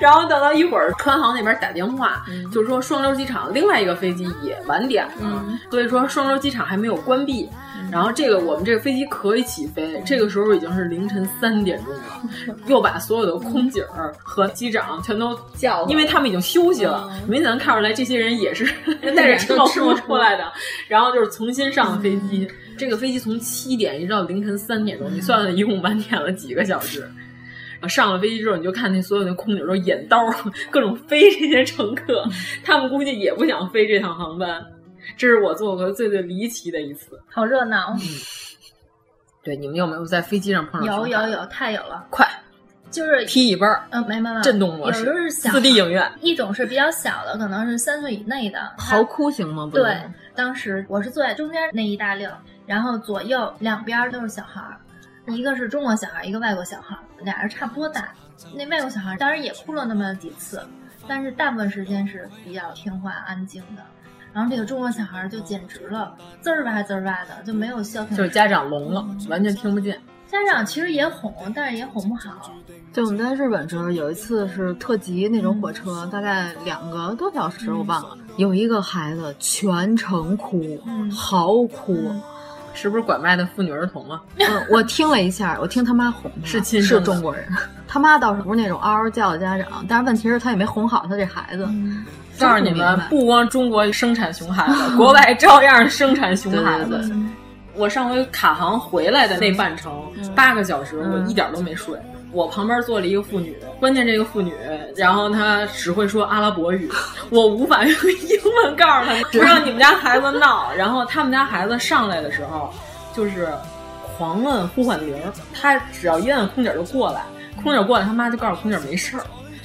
然后等。到一会儿，川航那边打电话，嗯、就是说双流机场另外一个飞机也晚点了，嗯、所以说双流机场还没有关闭。嗯、然后这个我们这个飞机可以起飞，这个时候已经是凌晨三点钟 了，又把所有的空姐儿和机长全都
叫，
因为他们已经休息了。明显能看出来，这些人 也是带嗯着吃饱喝出嗯来的，然后就是重新上了飞机。这个飞机从七点一直到凌晨三点钟，你算算一共晚点了几个小时？上了飞机之后，你就看那所有的空姐都眼刀，各种飞这些乘客，他们估计也不想飞这趟航班。这是我坐过最最离奇的一次，
好热闹。嗯，
对，你们有没有在飞机上碰
到？有有有，太有了！
快，
就是
嗯踢椅背儿，
嗯，没没没，
震动模式，
有时候是小
四 D 影院，
一种是比较小的，可能是三岁以内的，
嚎哭型吗？
对，当时我是坐在中间那一大溜，然后左右两边都是小孩儿。一个是中国小孩，一个外国小孩，俩人差不多大。那外国小孩当然也哭了那么几次，但是大部分时间是比较听话、安静的。然后这个中国小孩就简直了，滋儿哇滋儿哇的，就没有消停。
就是家长聋了，完全听不见。
家长其实也哄，但是也哄不好。
对，我们在日本时候有一次是特急那种火车，大概两个多小时，我忘了。有一个孩子全程哭，嚎哭。
是不是拐卖的妇女儿童啊？
嗯，我听了一下，我听他妈哄，
是亲
是中国人，他妈倒是不是那种嗷嗷叫的家长，但是问题是他也没哄好他这孩子。嗯、
告诉你们，不光中国生产熊孩 子，国外照样生产熊孩子。
对对对
我上回卡航回来的那半程嗯八、嗯、个小时，我一点都没睡。嗯我旁边坐了一个妇女，关键这个妇女，然后她只会说阿拉伯 语，我无法用英文告诉她，不让你们家孩子闹。然后他们家孩子上来的时候，就是狂摁呼唤铃，他只要一摁空姐就过来，空姐过来，他妈就告诉空姐没事儿。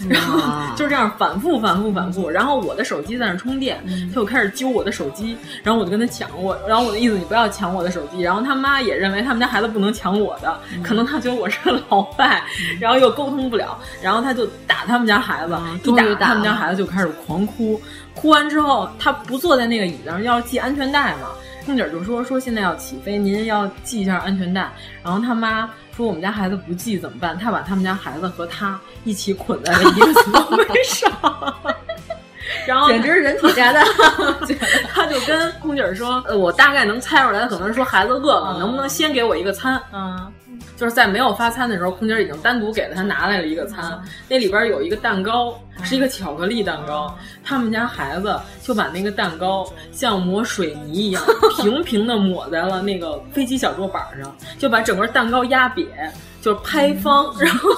然后就这样反复、反复、反复。然后我的手机在那充电，他就开始揪我的手机，然后我就跟他抢我。然后我的意思，你不要抢我的手机。然后他妈也认为他们家孩子不能抢我的，
嗯
可能他觉得我是老外，然后又沟通不了，然后他就打他们家孩子，
嗯
一打他们家孩子就开始狂哭。哭完之后，他不坐在那个椅子上，要系安全带嘛。空姐就说说现在要起飞，您要系一下安全带。然后他妈。说我们家孩子不系怎么办？他把他们家孩子和他一起捆在了一个 座位上，然后
简直是人体炸弹。
他就跟空姐说：“呃我大概能猜出来，可能是说孩子饿了，嗯、能不能先给我一个餐？”嗯，就是在没有发餐的时候，空姐已经单独给了他拿来了一个餐，嗯、那里边有一个蛋糕，
嗯
是一个巧克力蛋糕。嗯、他们家孩子就把那个蛋糕像抹水泥 一样，平平的抹在了那个飞机小桌板上，就把整个蛋糕压瘪，就是拍方，
嗯
然后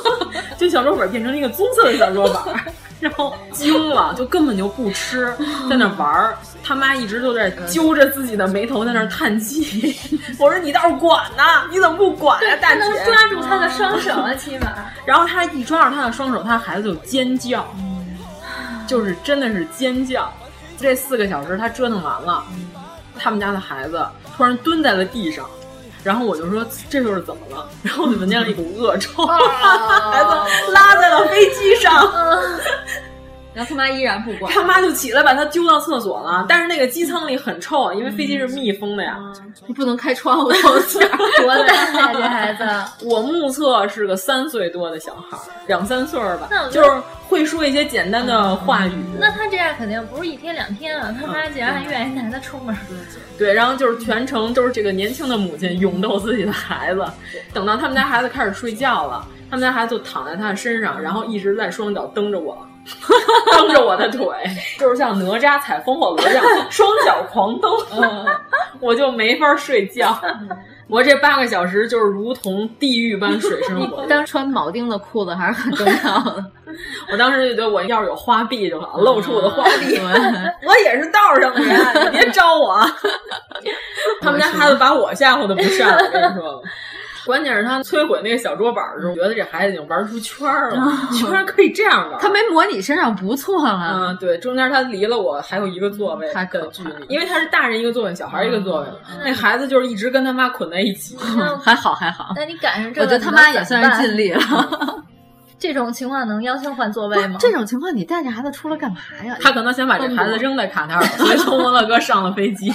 就小桌板变成了一个棕色的小桌板。 然后惊了，就根本就不吃，在那玩儿。他妈一直就在揪着自己的眉头，在那叹 气。我说：“你倒是管呐、啊，你怎么不管呀、啊，大姐？”
能抓住他的双手啊，起码。
然后他一抓住他的双手，他的孩子就尖叫，就是真的是尖叫。这四个小时他折腾完了，他们家的孩子突然蹲在了地上。然后我就说这又是怎么了？然后我就闻见了一股恶臭，把、嗯、孩子拉在了飞机上。嗯
然后他妈依然不管，
他妈就起来把他揪到厕所了。但是那个机舱里很臭，因为飞机是密封的呀，
你不能开窗户。多
大呀这孩子？
我目测是个三岁多的小孩，两三岁吧，就是会说一些简单的话语。
那他这样肯定不是一天两天了，他
嗯
妈竟然还愿意带他出门。
对，然后就是全程都是这个年轻的母亲勇斗自己的孩子。等到他们家孩子开始睡觉了，他们家孩子就躺在他的身上，然后一直在双脚蹬着我。 蹬着我的腿，就是像哪吒踩风火轮一样，双脚狂蹬，嗯、 我就没法睡觉。我这八个小时就是如同地狱般水深火热。
当穿铆钉的裤子还是很重要的。
我当时就觉得，我要是有花臂就好，露出我的花臂。嗯 我也是道上的人，你别招我。 他们家孩子把我吓唬的不善，我跟你说。关键是他摧毁那个小桌板的时候，觉得这孩子已经玩出圈了，居然、哦、可以这样玩。
他没抹你身上不错了。
嗯，对，中间他离了我还有一个座位的距离，因为他是大人一个座位，小孩一个座位。嗯、那孩子就是一直跟他妈捆在一 起，
嗯、 还好还好。
那你赶上这，
我觉得他妈也算是尽力了。
这种情况能要求换座位吗？
这种情况你带着孩子出来干嘛呀？
他可能想把这孩子扔在卡塔尔，所以从摩洛哥上了飞 机，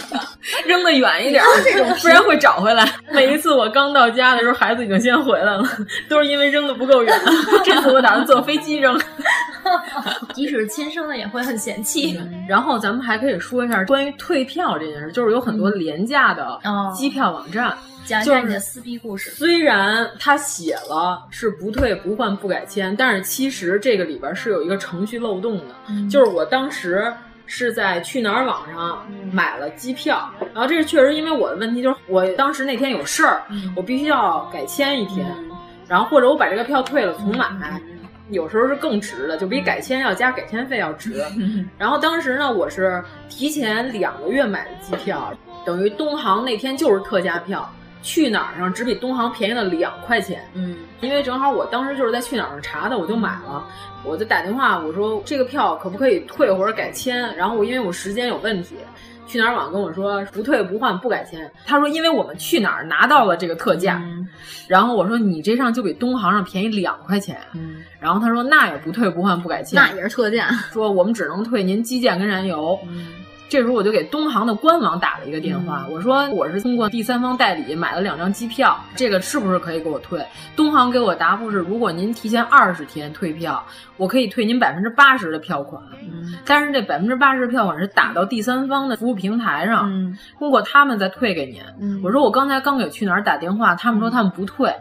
扔得远一点，
这种
不然会找回来。每一次我刚到家的时候，孩子已经先回来了，都是因为扔得不够远。 这次我打算坐飞机扔。
即使亲生的也会很嫌弃。
嗯、然后咱们还可以说一下关于退票这件事，就是有很
嗯
多廉价
哦
的机票网站。嗯哦
讲一下你的撕逼故事。
虽然他写了是不退不换不改签，但是其实这个里边是有一个程序漏洞的。嗯、就是我当时是在去哪儿网上买了机票，嗯、然后这是确实因为我的问题，就是我当时那天有事儿，嗯、我必须要改签一天，然后或者我把这个票退了重买。有时候是更值的，就比改签要加改签费要值。然后当时呢，我是提前两个月买的机票，等于东航那天就是特价票。去哪儿上只比东航便宜了两块钱，
嗯，
因为正好我当时就是在去哪儿上查的，我就买了，我就打电话我说这个票可不可以退或者改签，然后我因为我时间有问题，去哪儿网跟我说不退不换不改签，他说因为我们去哪儿拿到了这个特价，
嗯、
然后我说你这上就比东航上便宜两块钱，
嗯，
然后他说那也不退不换不改签，
那也是特价，
说我们只能退您基建跟燃油。
嗯
这时候我就给东航的官网打了一个电话，我说我是通过第三方代理买了两张机票，这个是不是可以给我退？东航给我答复是，如果您提前二十天退票，我可以退您百分之八十的票款，但是这百分之八十的票款是打到第三方的服务平台上，通过他们再退给您。我说我刚才刚给去哪儿打电话，他们说他们不退，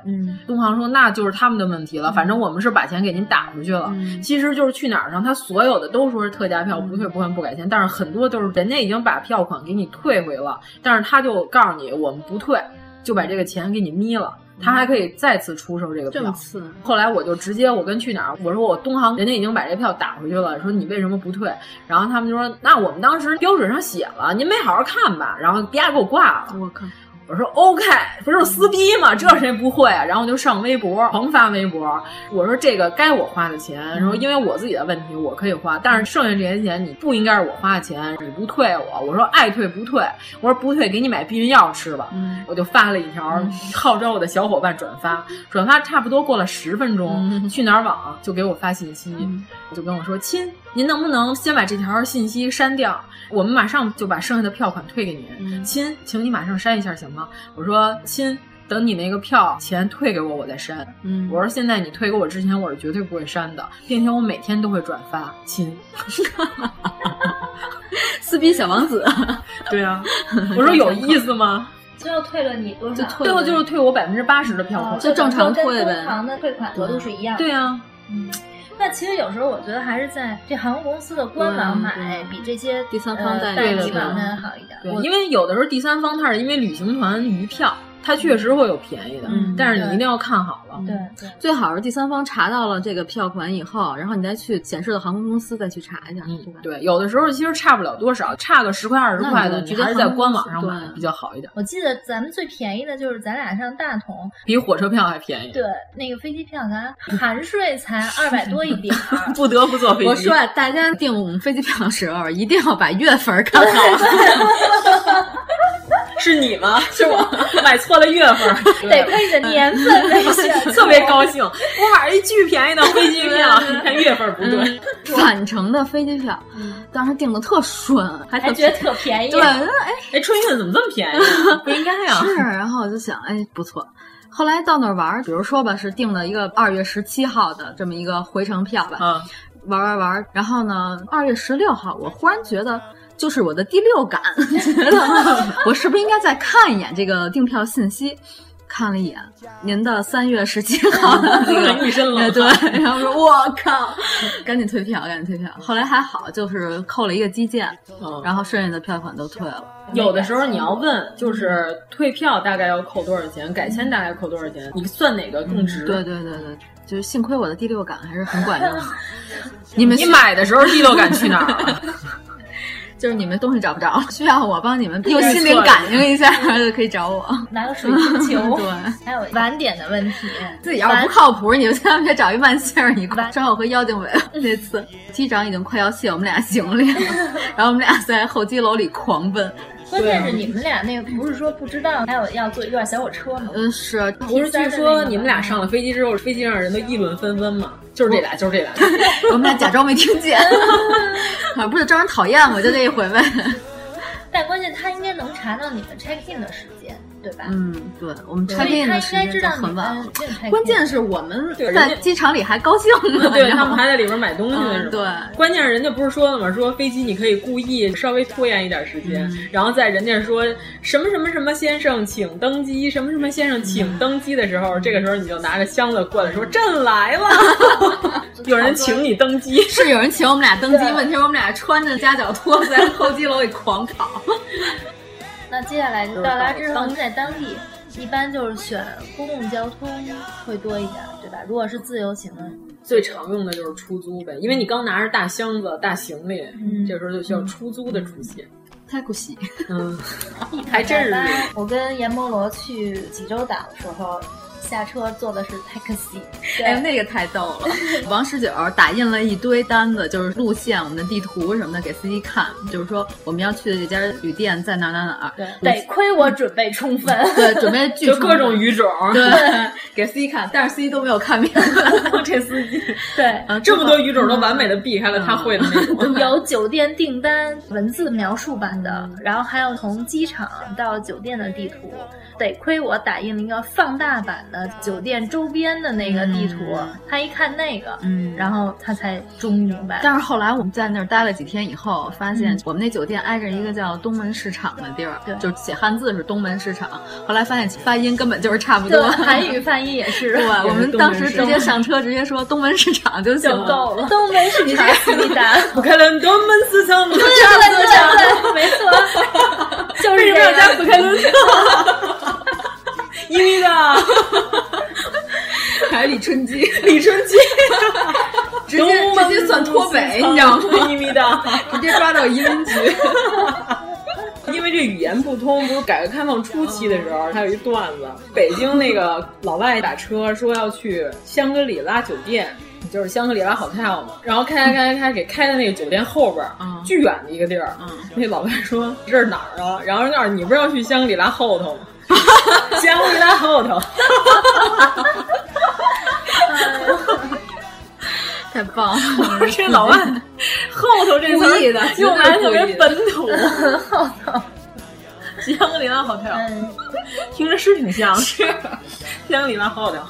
东航说那就是他们的问题了，反正我们是把钱给您打出去了。其实就是去哪儿上，他所有的都说是特价票，不退不换不改签，但是很多都是。人家已经把票款给你退回了，但是他就告诉你我们不退，就把这个钱给你眯了。他还可以再次出售这个票。后来我就直接我跟去哪儿，我说我东航人家已经把这票打回去了，说你为什么不退？然后他们就说那我们当时标准上写了，您没好好看吧？然后啪给我挂了。
我靠！
我说 OK，不是撕逼吗？这谁不会、啊？然后我就上微博狂发微博，我说这个该我花的钱，然
嗯
后因为我自己的问题我可以花，但是剩下这些钱你不应该是我花的钱，你不退我，我说爱退不退，我说不退给你买避孕药吃吧，
嗯、
我就发了一条号召我的小伙伴转发，转发差不多过了十分钟，
嗯、
去哪儿网就给我发信息，
嗯、
就跟我说亲，您能不能先把这条信息删掉？我们马上就把剩下的票款退给
嗯
您，亲，请你马上删一下行吗？我说亲，等你那个票钱退给我，我再删。
嗯，
我说现在你退给我之前，我是绝对不会删的，并且我每天都会转发。 亲，
撕逼小王子，
对啊，我说有意思吗？
最后退了你多少？哦
最后就是退我百分之八十的票款，
哦就正常退呗。
正常的退款额度是一样。
对啊，
嗯。那其实有时候我觉得还是在这航空公司的官网买比这些呃
第三方代
理网站好一点。
对，因为有的时候第三方它是因为旅行团余票，它确实会有便宜的，
嗯、
但是你一定要看好了。
对对，对
最好是第三方查到了这个票款以后，然后你再去显示的航空公司再去查一下。
嗯，
对，
有的时候其实差不了多少，差个十块二十块的，
你
还是在官网上买比较好一点。
我记得咱们最便宜的就是咱俩上大同，
比火车票还便宜。
对，那个飞机票咱含税才二百多一 点儿，
不得不坐飞机。
我说啊大家啊 订飞机票的时候一定要把月份看好。
是你吗？是我买错了月份，
得亏你的年 份没选，
特别高兴。我买了一巨便宜的飞机票，你看月份不对，
返程的飞机票，当时订的特顺，还
嗯还觉得特便宜。啊
对，哎
哎，春运怎么这么便宜？不应该啊。
是，然后我就想，哎，不错。后来到那儿玩，比如说吧，是订了一个二月十七号的这么一个回程票吧，
嗯、
玩玩玩。然后呢，二月十六号，我忽然觉得，就是我的第六感， 觉得我是不是应该再看一眼这个订票信息？看了一眼您的三月十七号的那 个，
一身冷 汗，
对，然后说我靠， 赶紧退票，赶紧退票。后来还好，就是扣了一个基建，
嗯、
然后剩下的票款都退了。
有的时候你要问，就是退票大概要扣多少钱，改签大概扣多少钱，你算哪个更值？
嗯、对对对对，就是幸亏我的第六感还是很管 用的。你们
你买的时候第六感去哪儿了？
就是你们东西找不着，需要我帮你们用心灵感应一下，就可以找我。
拿个水晶球，
对，
还有晚点的问题，
自己要是不靠谱，你们千万别找一万姓儿一块。正好和妖精伟 那次，机长已经快要卸我们俩行李了， 然后我们俩在候机楼里狂奔。
关键是你们俩那个不是说不知道还有要坐一段小火车吗？
嗯，是。
不是据说你们俩上了飞机之后，飞机上人都议论纷纷嘛？就是这俩，就是这俩。
我们俩假装没听 见，啊，不是招人讨厌吗？就这一回呗。
但关键他应该能查到你们 check in 的时间，对吧？
嗯，对，我们 check in 的时间很晚了。关键是我们在机场里还高兴呢，
对他们还在里边买东西呢。
嗯对，
关键是人家不是说了吗？说飞机你可以故意稍微拖延一点时间，然后在人家说什么什么什么先生请登机，什么什么先生请登机的时候，这个时候你就拿着箱子过来说朕来 了，有人请你登机，
是有人请我们俩登机。问题是我们俩穿着夹脚拖在候机楼里狂跑。
那接下来就到达之后，在当地一般就是选公共交通会多一点，对吧？如果是自由行的，
最常用的就是出租呗，因为你刚拿着大箱子、大行李，
嗯、
这时候就需要出租的出现。
太可惜，
嗯，还真是。
我跟阎摩罗去济州岛的时候。下车坐的是 taxi，
哎，那个太逗了。王十九打印了一堆单子，就是路线、我们的地图什么的给司机看，就是说我们要去的这家旅店在哪哪哪儿。
对，得亏我准备充分，
对，准备
就各种语种，
对，给司机看，但是司机都没有看 明白。
这司 机
对，
呃
这么多语
嗯
种都完美的避开了他会的那种。
有酒店订单文字描述版的，然后还有从机场到酒店的地图。得亏我打印了一个放大版的酒店周边的那个地图，
嗯、
他一看那个，
嗯，
然后他才终于明白。
但是后来我们在那儿待了几天以后，发现我们那酒店挨着一个叫东门市场的地儿，
对、
嗯，就写汉字是东门市场。后来发现发音根本就是差不多，
韩语发音也 是。
对，我们当时直接上车直接说东门市场就行
够了。东门 市场，你打。
我看了东门市场，
对对对对，没错，就是这
个。加不开伦因为的，
还有李春基，
李春基，
直接直接算脱北，你知道吗？
因为的，
直接抓到移民局。
因为这语言不通，不是改革开放初期的时
哦
候，还有一段子，北京那个老外打车说要去香格里拉酒店。就是香格里拉 hotel 嘛，然后开开开开给开到那个酒店后边，
嗯、
巨远的一个地儿。
嗯、
那老外说这是哪儿啊？然后那儿你不是要去香格里拉后头吗？ 香格里拉后头，
太棒！
了！这老外后头这
嗯故意的，
用来特别本土。
后头，
香格里拉 hotel，、
嗯、
听着 是挺像，
是
香格里拉 hotel。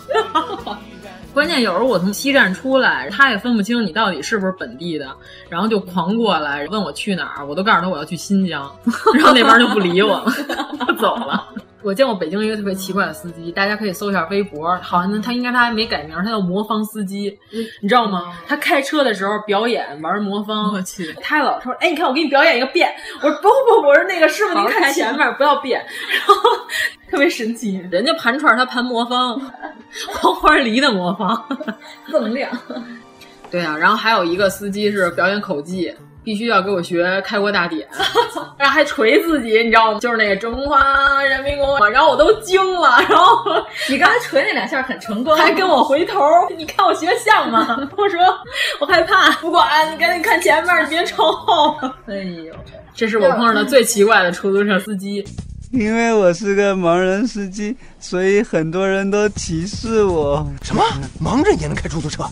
关键有时候我从西站出来，他也分不清你到底是不是本地的，然后就狂过来问我去哪儿，我都告诉他我要去新疆， 然后那边就不理我 了，我走了。我见过北京一个特别奇怪的司机，大家可以搜一下微博，好像他应该他还没改名，他叫魔方司机，你知道吗？他开车的时候表演玩魔方，
我去，
他老说，哎，你看我给你表演一个变，我说不不，我说那个师傅您看前面不要变， 然后特别神奇，人家盘串他盘魔方，黄花梨的魔方，
锃亮。
对啊，然后还有一个司机是表演口技。必须要给我学开国 大典，然后还锤自己，你知道吗？就是那个中华人民共和国，然后我都惊了。然后
你刚才锤那两下很成功，
还跟我回头，你看我学像吗？ 我说我害怕，不管你赶紧看前面，你别瞅后。
哎呦，
这是我碰上的最奇怪的出租车司机。
因为我是个盲人司机，所以很多人都歧视我。
什么？盲人也能开出租车？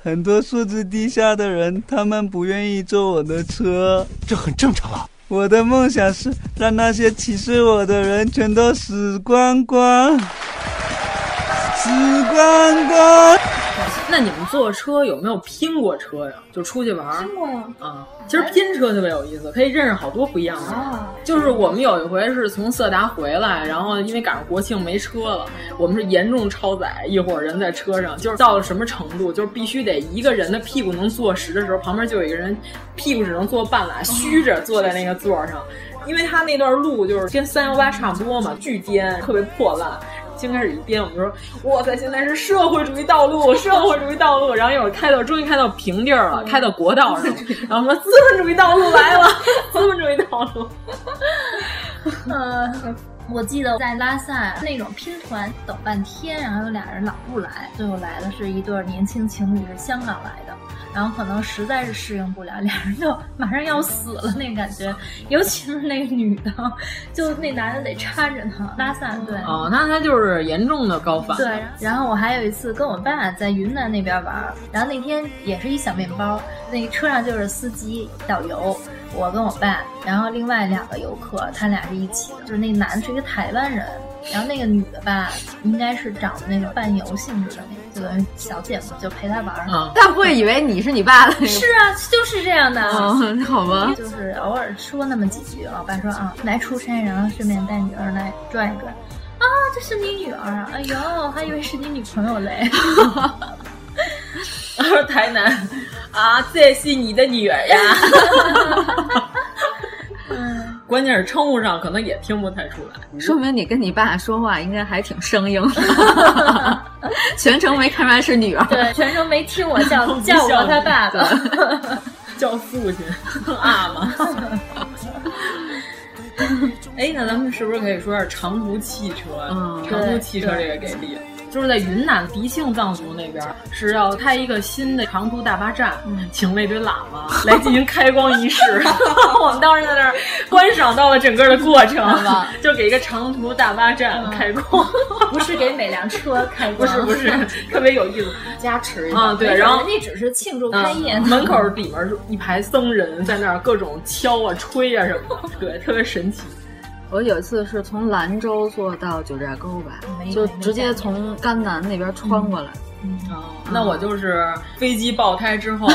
很多素质低下的人，他们不愿意坐我的车，
这很正常啊。
我的梦想是让那些歧视我的人全都死光光，死光光。
那你们坐车有没有拼过车呀？就出去玩？
拼过呀。
啊，其实拼车特别有意思，可以认识好多不一样的人。就是我们有一回是从色达回来，然后因为赶上国庆没车了，我们是严重超载，一伙人在车上，就是到了什么程度，就是必须得一个人的屁股能坐实的时候，旁边就有一个人屁股只能坐半拉，虚着坐在那个座上，因为他那段路就是跟三幺八差不多嘛，巨颠，特别破烂。先开始一编，我们就说，哇塞，现在是社会主义道 路，社会主义道路。然后一会儿开到，终于开到平地儿了，开到国道上 了。然后说资本主义道路来了，资本主义道路。
呃，我记得在拉萨那种拼团等半天，然后有俩人老不来，最后来的是一对年轻情侣，是香港来的。然后可能实在是适应不了，俩人就马上要死了那感觉，尤其是那女的，就那男的得搀着她。拉萨对，
哦，那他就是严重的高反。
对，然后我还有一次跟我爸在云南那边玩，然后那天也是一小面包，那个、车上就是司机、导游，我跟我爸，然后另外两个游客，他俩是一起的，就是那男的是一个台湾人。然后那个女的吧，应该是找的那种伴游性质的那种，就小姐嘛，就陪她玩儿、
啊
嗯。他会以为你是你爸的。
是啊，就是这样的。
嗯、好吧。
就是偶尔说那么几句，老爸说啊，来出差，然后顺便带女儿来转一转。啊，这是你女儿啊！哎呦，我还以为是你女朋友嘞。
然后 台南啊，这是你的女 儿呀。关键是称呼上可能也听不太出来，
说明你跟你爸说话应该还挺生硬， 全程没看出来是女儿，
对，全程没听我 叫叫我他爸爸，
叫父亲啊嘛。 哎，那咱们是不是可以说点长途汽车？嗯，长途汽车这个给力。就是在云南迪庆藏族那边是要开一个新的长途大巴站，嗯、请了一堆喇嘛 来进行开光仪式。 我们当时在那儿观赏到了整个的过程， 就给一个长途大巴站开光，
嗯、不是给每辆车开哦 光，
不是不 是，特别有意思，
加持
啊、嗯、对，然后
人家只是庆祝开业，
嗯门口里面一排僧人在那儿各种敲啊吹啊什 么的，对，特别神奇。
我有一次是从兰州坐到九寨沟吧，就直接从甘南那边穿过来。
嗯、哦，那我就是飞机爆胎之 后，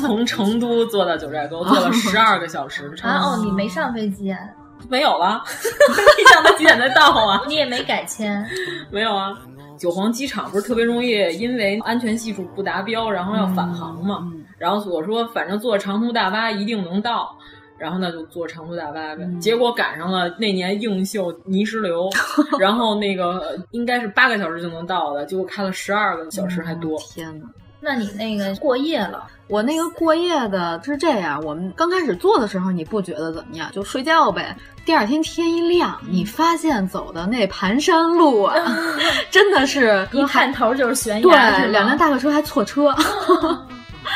从成都坐到九寨沟，坐了十二个小时。
啊哦，你没上飞机、啊？
没有了。 你想他几点才到啊？
你也没改签？
没有啊。九黄机场不是特别容易因为安全系数不达标，然后要返航嘛。嗯、然后我说，反正坐长途大巴一定能到。然后呢，就坐长途大巴呗。嗯、结果赶上了那年映秀泥石流，然后那个应该是八个小时就能到的，结果开了十二个小时还多。嗯、
天哪！
那你那个过夜了？
我那个过夜的是这样，我们刚开始做的时候你不觉得怎么样，就睡觉呗。第二天天一亮，你发现走的那盘山路 啊，真的是
一探头就是悬崖，
对，两辆 大客车还错 车。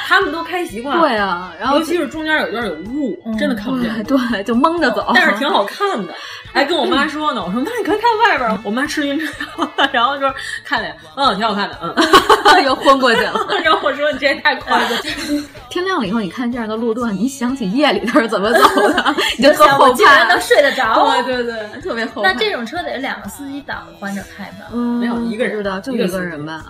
他们都开习惯，
对啊，然后
尤其是中间有一段有雾，嗯、真的看不见，
对，就蒙着走，
哦但是挺好看的。还跟我妈说呢，我说妈你快看外边，我妈吃晕车 了，然后说看了，嗯，挺好看的，嗯，
又昏过去了。
然后我说你这太快了。
天亮了以后，你看这样的路段，你想起夜里头是怎么走 的，你就特
后怕，竟啊然能睡得着，
对对对，特别后
怕。那这种车得两个司机倒着换着开吧？
嗯，
没有一个人，
知道就一个人吧。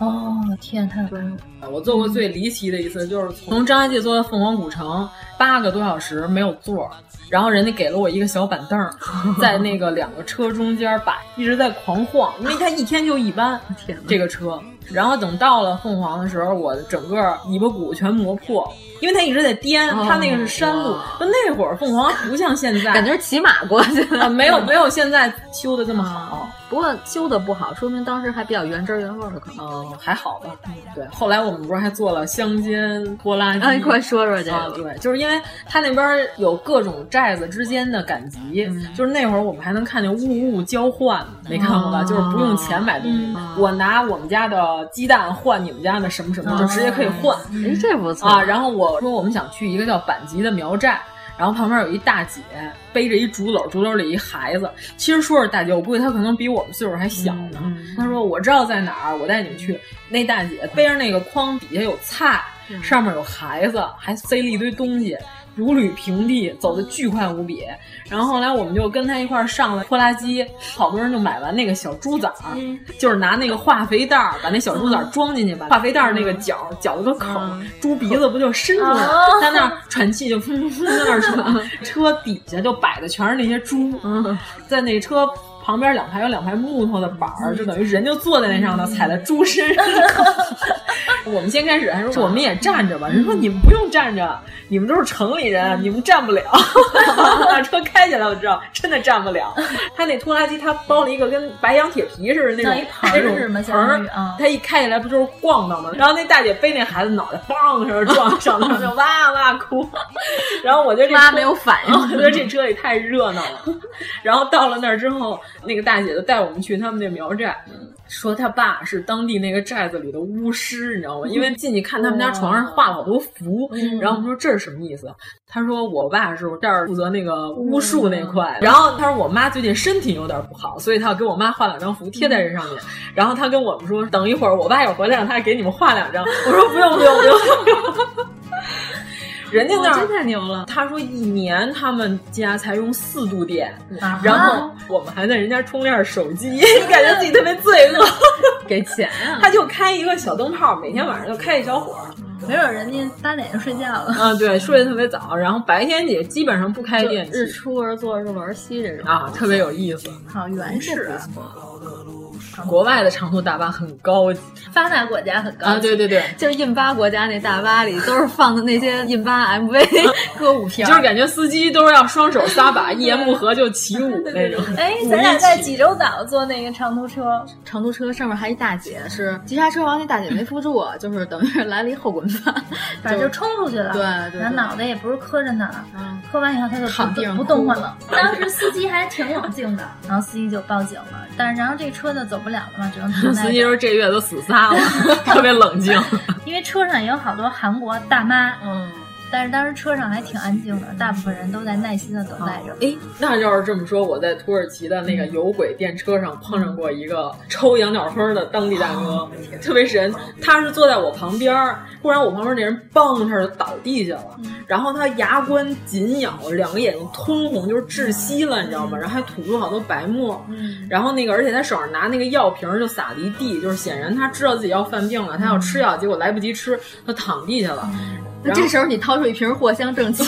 哦，天，太多了！
啊我坐过最离奇的一次，就是嗯从张家界坐到凤凰古城，八个多小时没有座，然后人家给了我一个小板凳， 在那个两个车中间摆，一直在狂晃，因为它一天就一 班，
天
这个车。然后等到了凤凰的时候，我整个尾巴骨全磨破，因为它一直在颠，它那个是山路。就那会儿凤凰不像现在，
感觉是骑马过去的，
没有没有现在修的这么好。
不过修的不好，说明当时还比较原汁原味的，可能、
嗯、还好吧。对，后来我们不是还做了乡间拖拉机？
哎、啊，快说说这个、
啊。对，就是因为它那边有各种寨子之间的赶集，嗯、就是那会儿我们还能看见物物交换，没看过吧？
哦
啊、就是不用钱买东西，
嗯
我拿我们家的鸡蛋换你们家的什么什么，就直接可以换。
哦哎，这不错
啊。然后我说我们想去一个叫板集的苗寨。然后旁边有一大姐背着一竹篓，竹篓里一孩子。其实说是大姐，我估计她可能比我们岁数还小呢。她说：“我知道在哪儿，我带你们去。”那大姐背着那个筐，底下有菜，上面有孩子，还塞了一堆东西。如履平地，走的巨快无比。然后后来我们就跟他一块儿上了拖拉机，好多人就买完那个小猪崽儿，就是拿那个化肥袋儿把那小猪崽儿装进去，把化肥袋儿那个脚绞了个口，猪鼻子不就伸出来，在那儿喘气就噗噗噗在那儿喘。车底下就摆的全是那些猪，在那车。旁边两排有两排木头的板儿，就等于人就坐在那上头，踩在猪身上。 我们先开始还说我们也站着吧，人说你们不用站着，你们都是城里人，你们站不了。 把车开起来，我知道真的站不了。他那拖拉机他包了一个跟白洋铁皮似的那种那种盆
啊
儿，他一开起来不就是咣当吗？然后那大姐背那孩子脑袋梆一声撞上头，就哇哇哭。然后我觉得这
妈没有反应，
我觉得这车也太热闹了。然后到了那儿之后。那个大姐就带我们去他们那苗寨，说他爸是当地那个寨子里的巫师，你知道吗？因为进去看他们家床上画了好多符，
嗯
然后我们说这是什么意思？他说我爸是这儿负责那个巫
嗯
术那块，然后他说我妈最近身体有点不好，所以他要给我妈画两张符贴在这上
嗯
面。 然后他跟我们说，等一会儿我爸要回来，让他给你们画两张。我说不用不用不用。 不用人家那
真太牛了！
他说一年他们家才用四度电，啊、然后我们还在人家充链手机， 你感觉自己特别罪恶。
给钱呀、啊！
他就开一个小灯泡，每天晚上就开一小火。
没准人家八点就睡觉了。
啊，对，睡得特别早，然后白天也基本上不开电器。
日出而作，日落而息这种
啊，特别有意思。
好原始啊！
国外的长途大巴很高级，
发达国家很高
啊，对对对，
就是印巴国家那大巴里都是放的那些印巴 MV 歌舞片，
就是感觉司机都是要双手撒 把，一言不合就起舞那种。
哎，咱俩在济州岛坐那个长途车，
长途车上面还一大姐是急刹车，完那大姐没扶住，就是等于是来了一后滚 翻，
反正就冲出去了。
对嗯对，
那脑袋也不是磕着呢，磕完以后他就躺地上不动弹了。当时司机还挺冷静的，然后司机就报警了，但是然后这车就走。不了了嘛，只能停
司机说这月都死仨了， 特别冷静。
因为车上也有好多韩国大妈，嗯，但是当时车上还挺安静的，大部分人都在耐心的等待着。
哎、哦，那要是这么说，我在土耳其的那个有轨电车上碰上过一个抽羊角风的当地大哥，哦、特别神。他是坐在我旁边，忽然我旁边那人嘣一下就倒地下了，嗯、然后他牙关紧咬，两个眼睛通红，就是窒息了，你知道吗？然后还吐出好多白沫。嗯，然后那个，而且他手上拿那个药瓶就撒了一地，就是显然他知道自己要犯病了，他要吃药，结果来不及吃，他躺地下了。嗯
那这时候你掏出一瓶藿香正气，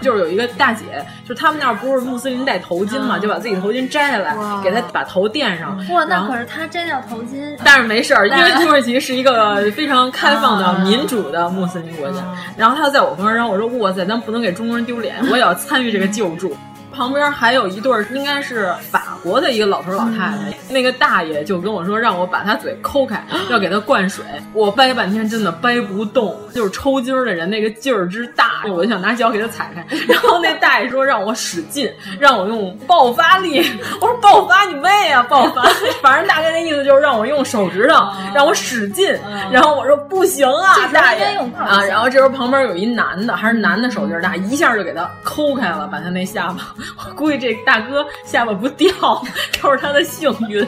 就是有一个大姐，就是他们那儿不是穆斯林戴头巾嘛，就把自己头巾摘下来，给他把头垫上。
哇，那可是他摘掉头巾，
但是没事儿，因为土耳其是一个非常开放的民主的穆斯林国家。然后他在我旁边，然后我说哇塞，咱不能给中国人丢脸，我也要参与这个救助。旁边还有一对儿，应该是法国的一个老头老太太。那个大爷就跟我说，让我把他嘴抠开，要给他灌水。我掰半天，真的掰不动，就是抽筋儿的人那个劲儿之大，我就想拿脚给他踩开。然后那大爷说让我使劲，让我用爆发力。我说爆发你妹啊，爆发！反正大概那意思就是让我用手指头，让我使劲。然后我说不行啊，大爷啊。然后这时候旁边有一男的，还是男的手劲儿大，一下就给他抠开了，把他那下巴。 我估计这大哥下巴不掉， 都是他的幸运。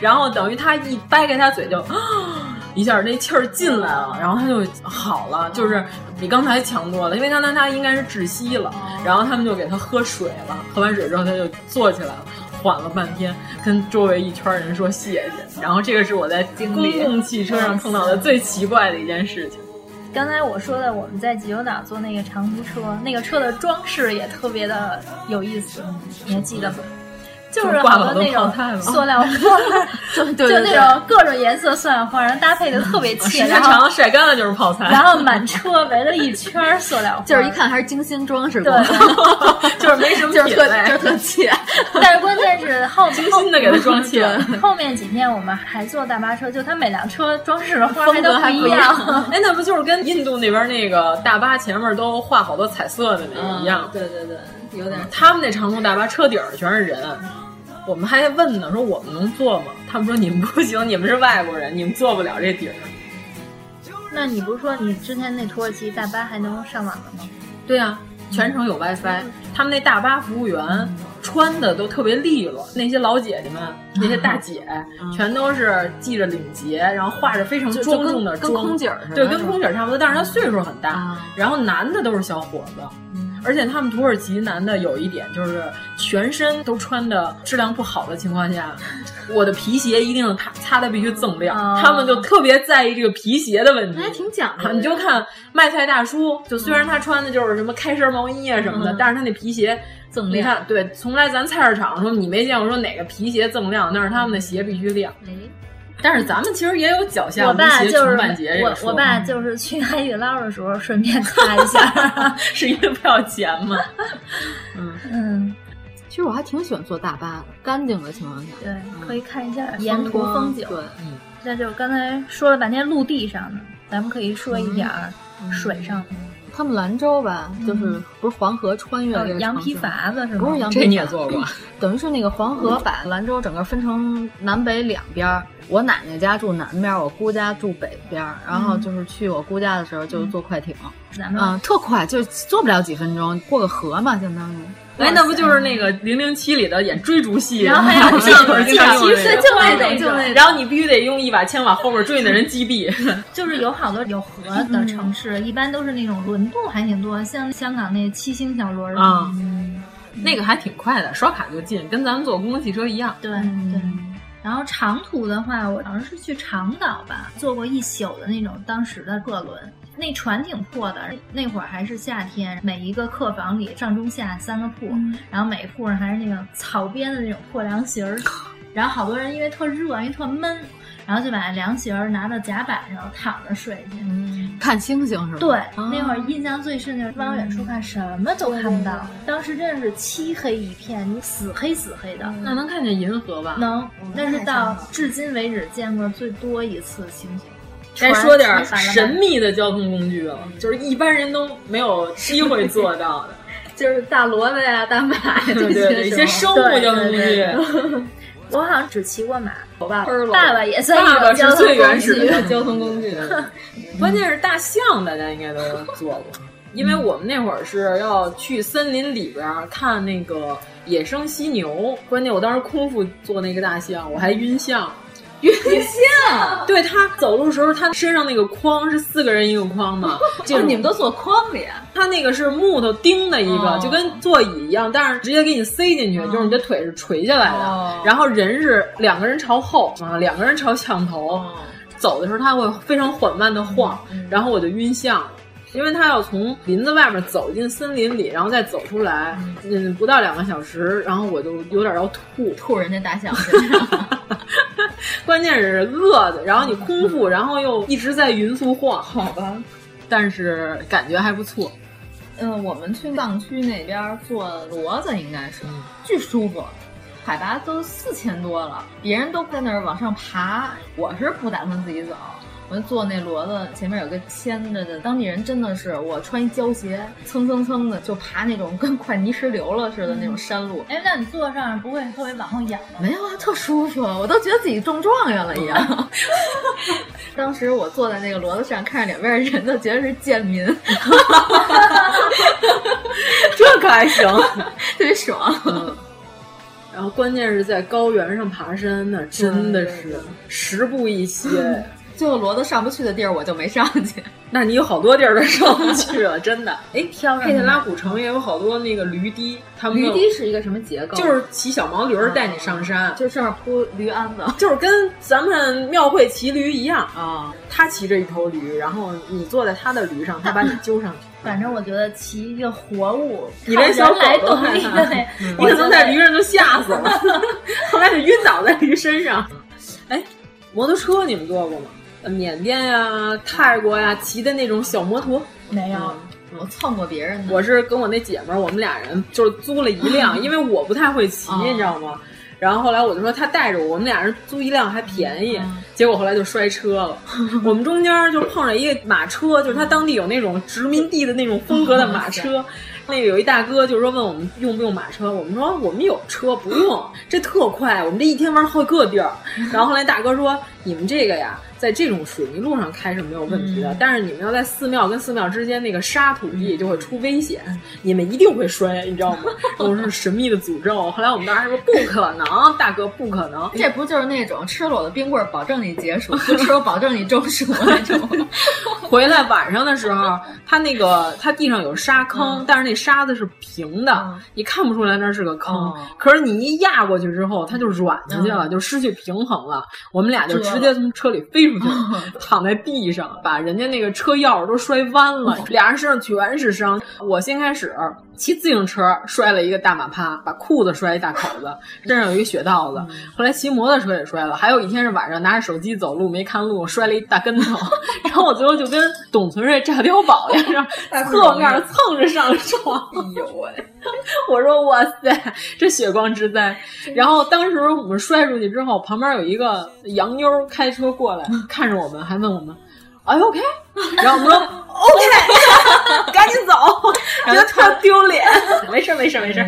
然后等于他一掰开他嘴就， 一下那气儿进来了，然后他就好了，就是比刚才强多了，因为刚才他应该是窒息了。然后他们就给他喝水了，喝完水之后他就坐起来了，缓了半天，跟周围一圈人说谢谢。然后这个是我在公共汽车上碰到的最奇怪的一件事情。
刚才我说的，我们在济州岛坐那个长途车，那个车的装饰也特别的有意思，你还记得吗？就是
好
多那种塑料花，就那种各种颜色塑料花，然后搭配的特别气，
时间长了晒干了就是泡菜，
然后满车围了一圈塑料花，
就是一看还是精心装饰过，
就是没什么
就是特就是特气，
但是关键是后
精心的给它装气。
后面几天我们还坐大巴车，就它每辆车装饰的花还都不一样，
哎，那不就是跟印度那边那个大巴前面都画好多彩色的那个一 样？
对对对。有点，
他们那长途大巴车顶上全是人，我们还问呢，说我们能坐吗？他们说你们不行，你们是外国人，你们坐不了这顶。
那你不是说你之前那土耳其大巴还能上网了吗？
对啊，全程有 WiFi。他嗯们那大巴服务员穿的都特别利落，那些老姐姐们、那些大姐，全都是系着领结，然后化着非常庄重的
跟空姐似的，
对，跟空姐差不多，但是她岁数很大。然后男的都是小伙子。而且他们土耳其男的有一点就是全身都穿的质量不好的情况下，我的皮鞋一定擦擦的必须锃亮，哦、他们就特别在意这个皮鞋的问题，
还挺讲究。
你就看卖菜大叔，就虽然他穿的就是什么开衫毛衣啊什么的，嗯、但是他那皮鞋
锃亮。
你看，对，从来咱菜市场说你没见过说哪个皮鞋锃亮，但是他们的鞋必须亮。
哎
嗯
但是咱们其实也有脚下
我爸就是我我
嗯
嗯
爸就是去海底捞的时候顺便擦 一下，
是因为不要钱嘛。
嗯嗯，
其实我还挺喜欢坐大巴的，干净的情况下，
对，可以看一下
沿
途风景。
嗯对，
那就刚才说了半天陆地上的，咱们可以说一点儿
嗯
水上的。
他们兰州吧，就是不是黄河穿越这个
嗯哦羊皮筏子是吗？
不是羊皮
筏，这你也坐过？
等于是那个黄河把兰州整个分成南北两边。嗯我奶奶家住南边，我姑家住北边。然后就是去我姑家的时候，就坐快艇，嗯，特快，就坐不了几分钟，过个河嘛，相当于。
哎，那不就是那个《零零七》里的演追逐戏，
然后还 有
这种啊
就那种，就那种。
然后你必须得用一把枪把后边追你的人击毙。
就是有好多有河的
嗯
城市，一般都是那种轮渡还挺多，像香港那七星小 轮
啊，那个还挺快的，刷卡就进，跟咱们坐公共汽车一样。
对对。然后长途的话，我好像是去长岛吧，坐过一宿的那种当时的客轮。那船挺破的，那会儿还是夏天，每一个客房里上中下三个铺，嗯、然后每铺上还是那个草编的那种破凉 席儿，然后好多人因为特热，因为特闷，然后就把凉席儿拿到甲板上躺着睡去，
嗯、看星星是吧？
对，哦、那会儿印象最深就是往远处看什么都看不到，当时真是漆黑一片，你死黑死黑的。
那能看见银河吧？
能，但是到至今为止见过最多一次星星。
该说点神秘的交通工具了，就是一般人都没有机会做到 的，
就是大骡子呀、大马呀这
些一些生物交通工具。
我好像只骑过马，
我爸
爸爸也算一
个
交
最原始的 交通工具。 关键是大象，大家应该都坐 过，因为我们那会儿是要去森林里边看那个野生犀牛，关键我当时空腹坐那个大象，我还晕象。
云象，
对他走路时候，他身上那个筐是四个人一个筐 嘛，
就是你们都坐筐里，
他那个是木头钉的一个，哦、就跟座椅一样，但是直接给你塞进去，哦、就是你的腿是垂下来的，哦、然后人是两个人朝后啊，两个人朝向头，走的时候他会非常缓慢的晃，哦嗯、然后我就晕象了。因为他要从林子外面走进森林里，然后再走出来，嗯，不到两个小时，然后我就有点要吐，
吐人家大象。
关键是饿的，然后你空腹，然后又一直在匀速晃，
好吧，
但是感觉还不错。
嗯，我们去藏区那边坐骡子，应该是
嗯
巨舒服。海拔都四千多了，别人都在那儿往上爬，我是不打算自己走。我就坐那骡子，前面有个牵着的当地人，真的是我穿一胶鞋，蹭蹭蹭的就爬那种跟快泥石流了似的那种山路。
哎、嗯，那你坐上面不会特别往后仰吗？
没有啊，特舒服，我都觉得自己中状元了一
嗯
样。 当时我坐在那个骡子上，看着两边人都觉得是贱 民，
这可还行，
特别爽。
嗯然后关键是在高原上爬山呢，真的是十步一歇。
最后骡子上不去的地儿，我就没上去。
那你有好多地儿都上不去了， 真的。哎，
挑
佩特拉古城也有好多那个驴堤，他们
驴堤是一个什么结构？
就是骑小毛驴带你上山，
就上面铺驴鞍子，
哦就是跟咱们庙会骑驴一样
啊。
他骑着一头驴，然后你坐在他的驴上，他把你揪上去。
反正我觉得骑一个活物，
你连小狗嗯
都害怕，
你可能在驴上就吓死了，后来就晕倒在驴身上。哎，摩托车你们坐过吗？呃缅甸呀、泰国呀，骑的那种小摩托
没有，我蹭过别
嗯
人的。
我是跟我那姐们儿，我们俩人就是租了一辆，因为我不太会骑，你知道吗？然后后来我就说他带着我，我们俩人租一辆还便宜，结果后来就摔车了。我们中间就碰上一个马车，就是他当地有那种殖民地的那种风格的马车。那个有一大哥就是说问我们用不用马车，我们说我们有车不用，这特快，我们这一天玩好几个地儿。然后后来大哥说你们这个呀。在这种水泥路上开是没有问题的，但是你们要在寺庙跟寺庙之间那个沙土地就会出危险，你们一定会摔，你知道吗？我是神秘的诅咒。后来我们当时说不可能，大哥不可能，
这不就是那种吃了我的冰棍儿保证你解暑，不吃我保证你中暑那种。
回来晚上的时候，他那个他地上有沙坑，但是那沙子是平的，你看不出来那是个坑。可是你一压过去之后，它就软下去了，就失去平衡了。我们俩就直接从车里飞出去，躺在地上，把人家那个车钥匙都摔弯了，俩人身上全是伤。我先开始。骑自行车摔了一个大马趴，把裤子摔一大口子，身上有一血道子。后来骑摩托车也摔了，还有一天是晚上拿着手机走路没看路，摔了一大跟头。 然后我最后就跟董存瑞炸碉堡连上，侧面蹭着上床。
哎呦喂！
我说哇塞，这血光之灾！然后当时我们摔出去之后，旁边有一个洋妞开车过来，看着我们，还问我们。哎，OK，然后我们说
OK，赶紧走，
觉得特丢脸。 没事，没事，没事。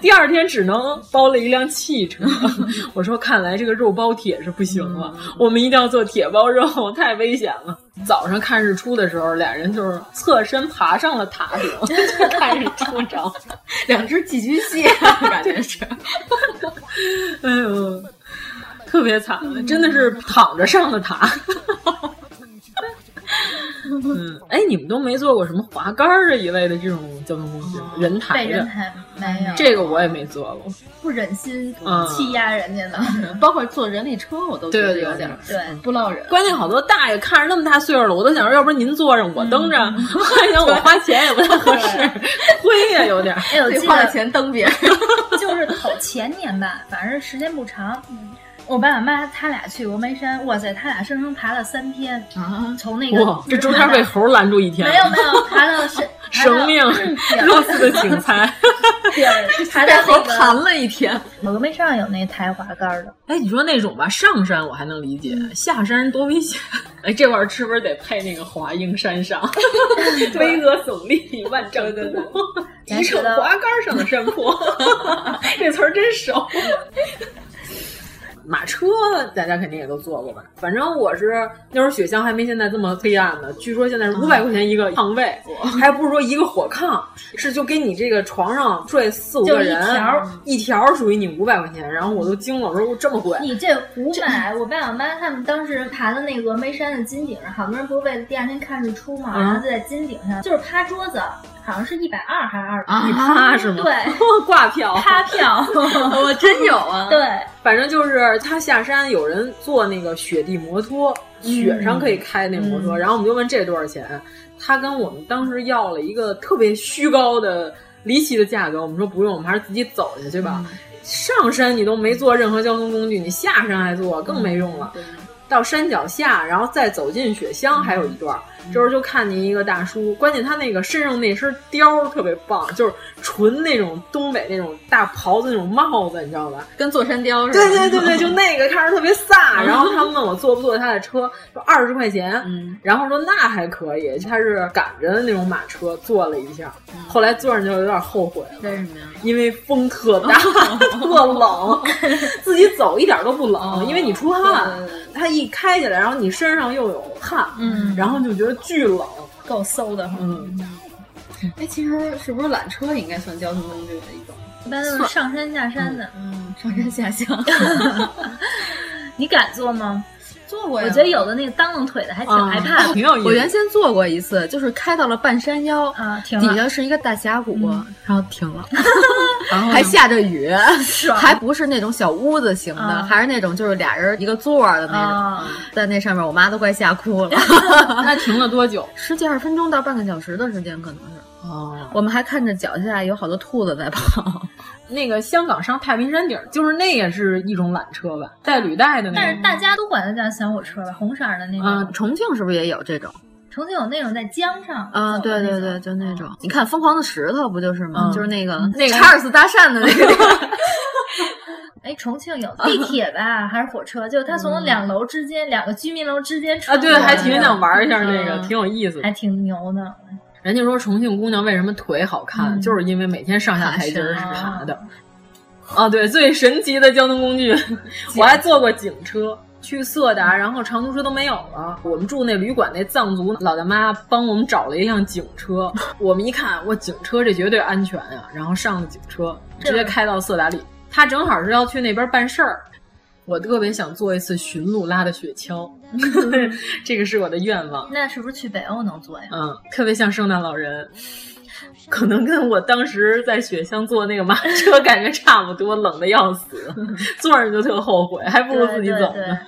第二天只能包了一辆汽车。 我说，看来这个肉包铁是不行了，我们一定要做铁包肉，太危险了。早上看日出的时候，俩人就是侧身爬上了塔顶看日出着，
两只寄居蟹，感觉是。
哎呦，特别惨，真的是躺着上的塔。 嗯，哎，你们都没坐过什么滑杆这一类的这种交通工具，人抬
着，人抬没有，
这个我也没坐过，
不忍心欺压人家呢。
包括坐人力车，我都觉得有点
对
不落人。
关键好多大爷看着那么大岁数了，我都想说，要不然您坐上，我蹬着，
嗯
还 想我花钱也不太合适， 亏呀有点。
哎，我记
花了钱蹬别人，
就是头前年吧，反正时间不长。我爸我妈他俩去峨眉山，哇塞，他俩生生爬了三天，啊、从那个
这中间被猴拦住一天，
没有没有，爬到神
生命 热死的景财，
爬到
猴盘了一天。
峨眉山有那抬滑杆的，
哎，你说那种吧，上山我还能理解，下山多危险。 哎，这块儿是不是得配那个华映山上， 巍峨耸立万丈高， 一乘滑杆上的山 坡，这词儿真熟。马车大家肯定也都坐过吧？反正我是那时候雪乡还没现在这么黑暗呢。据说现在是五百块钱一个炕位，还不是说一个火炕，是就给你这个床上睡四五个人，
一条
一条属于你五百块钱。然后我都惊了，我说这么贵！
你这五百，我爸我妈他们当时爬的那峨眉山的金顶上，好多人不是为了第二天看日出嘛，然后就在金顶上就是趴桌子。好像是一百二还是二百？
你趴是吗？
对，
挂票，
趴 票，
我真有啊。
对，
反正就是他下山，有人坐那个雪地摩托，雪上可以开那摩托。然后我们就问这多少钱，他跟我们当时要了一个特别虚高的离奇的价格，我们说不用，我们还是自己走下去吧。上山你都没坐任何交通工具，你下山还坐，更没用了。到山脚下，然后再走进雪乡，还有一段。这时候就看见一个大叔，关键他那个身上那身貂特别棒，就是纯那种东北那种大袍子那种帽子，你知道吧？
跟坐山貂似的。
对对对对，就那个看着特别飒。然后他问我坐不坐他的车，说二十块钱，然后说那还可以，他是赶着那种马车坐了一下，后来坐上就有点后悔了。
为什么呀？
因为风特大，特冷，自己走一点都不冷，因为你出汗，它一开起来，然后你身上又有汗，嗯，然后就觉得。巨冷，
够馊的。
嗯，
哎，其实是不是缆车也应该算交通工具的一种？
一般都是上山下山的。
嗯，上山下乡。
你敢坐啊吗？
坐过呀。
我觉得有的那个当啷腿的还挺害怕 的。
挺有意 思。
我原先坐过一次，就是开到了半山腰
啊，
底下是一个大峡谷，然后停 了，嗯还下着雨， 嗯还不是那种小屋子型的，还是那种就是俩人一个座的
啊
那种，在那上面，我妈都快吓哭 了。
那停了多久？
十几二十分钟到半个小时的时间，可能是。
哦，
我们还看着脚下有好多兔子在跑。
那个香港上太平山顶，就是那也是一种缆车吧，带履带的那嗯
种。但是大家都管它叫小火车吧，红色的那种。
啊，重庆是不是也有这种？
重庆有那种在江上
啊，对对对，就那种。嗯你看《疯狂的石头》不就是吗？就是那个
那个
查尔斯搭讪的那个。
哎，重庆有地铁吧，还是火车？就是它从两楼之间，两个居民楼之间
啊，对，还挺想玩一下那
嗯
个，挺有意思，
还挺牛的。
人家说重庆姑娘为什么腿好看，就是因为每天上下台阶是哦爬的。啊，对，最神奇的交通工具，我还坐过警车。去色达，然后长途车都没有了。我们住那旅馆那藏族老大妈帮我们找了一辆警车，我们一看，哇，警车这绝对安全呀、然后上了警车，直接开到色达里。他正好是要去那边办事儿，我特别想做一次驯鹿拉的雪橇， 这个是我的愿望。
那是不是去北欧能做呀？
嗯，特别像圣诞老人。可能跟我当时在雪乡坐那个马车感觉差不多，冷的要 死，坐上就特后悔，还不如自己走
对对
呢。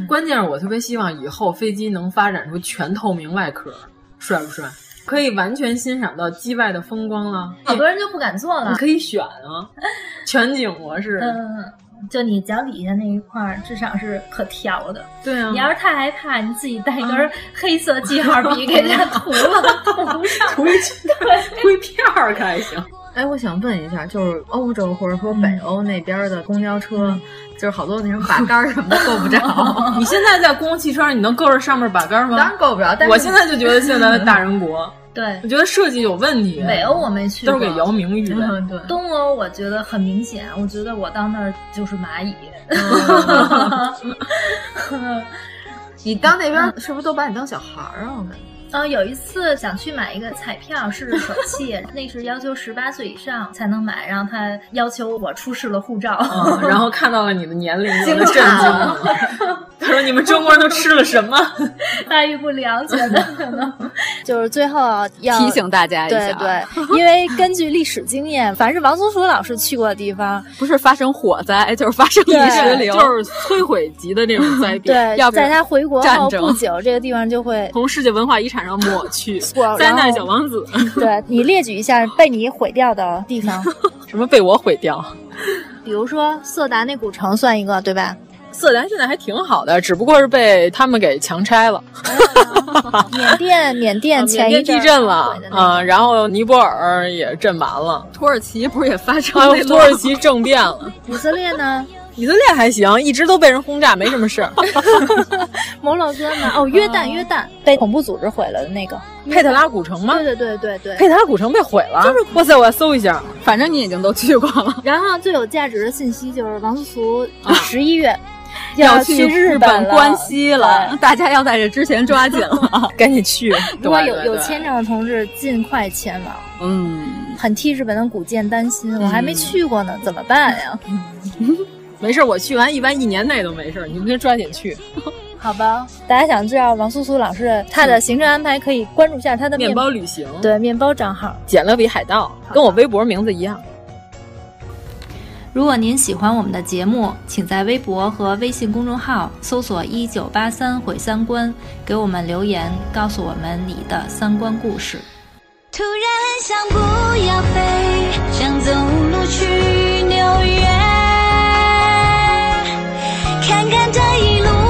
关键是我特别希望以后飞机能发展出全透明外壳，帅不帅？可以完全欣赏到机外的风光了。
好多人就不敢做了。
你可以 选啊，全景模式。
嗯，就你脚底下那一块儿，至少是可调的。
对啊
你要是太害怕，你自己带一
嗯
根黑色记号笔给它涂了，涂上，
涂一涂一片儿可还 行。。
哎，我想问一下，就是欧洲或者说北欧那边的公交车，就是好多那什么把杆儿什么的够不着
你现在在公共汽车上，你能够着上面把杆吗？
当然够不着但是
我现在就觉得现在 的大人国，
对
我觉得设计有问题。
北欧我没去过
都是给姚明预备。
对
东欧我觉得很明显，我觉得我到那儿就是蚂蚁。
哦
你当那边是不是都把你当小孩儿啊？我感觉。
嗯，有一次想去买一个彩票，是手气， 那是要求十八岁以上才能买，然后他要求我出示了护照，
哦
嗯，然后看到了你的年龄，
惊
有了震
讶
惊了。他说：“你们中国人都吃了什么
待遇不了解的可能。
就是最后要
提醒大家一下
对 对，因为根据历史经验，凡是王宗福老师去过的地方，
不是发生火灾，哎就是发生
对
泥石流，
就是
摧毁级的那种灾
对，
要不
在
然
他回国后
战争
不久，这个地方就会
从世界文化遗产上抹去
我
灾
然
难
后
小王子，
对你列举一下被你毁掉的地 方，
什么被我毁掉？
比如说色达那古城算一个，对吧？
色达现在还挺好的，只不过是被他们给强拆了。啊
缅甸，啊哦缅 甸前一
缅甸
阵儿
地震了，
啊
嗯，然后尼泊尔也震完了，土耳其不是也发生
内乱吗
土耳其政变了。
以色列呢，
以色列还行，一直都被人轰炸，没什么事儿。
摩洛哥呢，哦，约旦，约旦被恐怖组织毁了的那个
佩特拉古城吗？
对对对对
佩
对。
特拉古城被毁了，就是哇塞，我搜一下，反正你已经都去过了。
然后最有价值的信息就是王苏十一月
要
啊去
日
本了
关西了，大家要在这之前抓紧 了，赶紧去。
如果
对
有
对
有
对
签证的同志，尽快前往。
嗯，
很替日本的古建担心，我还没去过呢，怎么办呀？
没事，我去完一般一年内都没事，你们就抓紧去。
好吧，大家想知道王苏苏老师他的行程安排，可以关注一下他的
面
包
包旅行，
对面包账号。
简了比海盗，跟我微博名字一样。
如果您喜欢我们的节目，请在微博和微信公众号搜索“一九八三毁三观”，给我们留言，告诉我们你的三观故事。
突然很想不要飞，想走路去纽约，看看这一路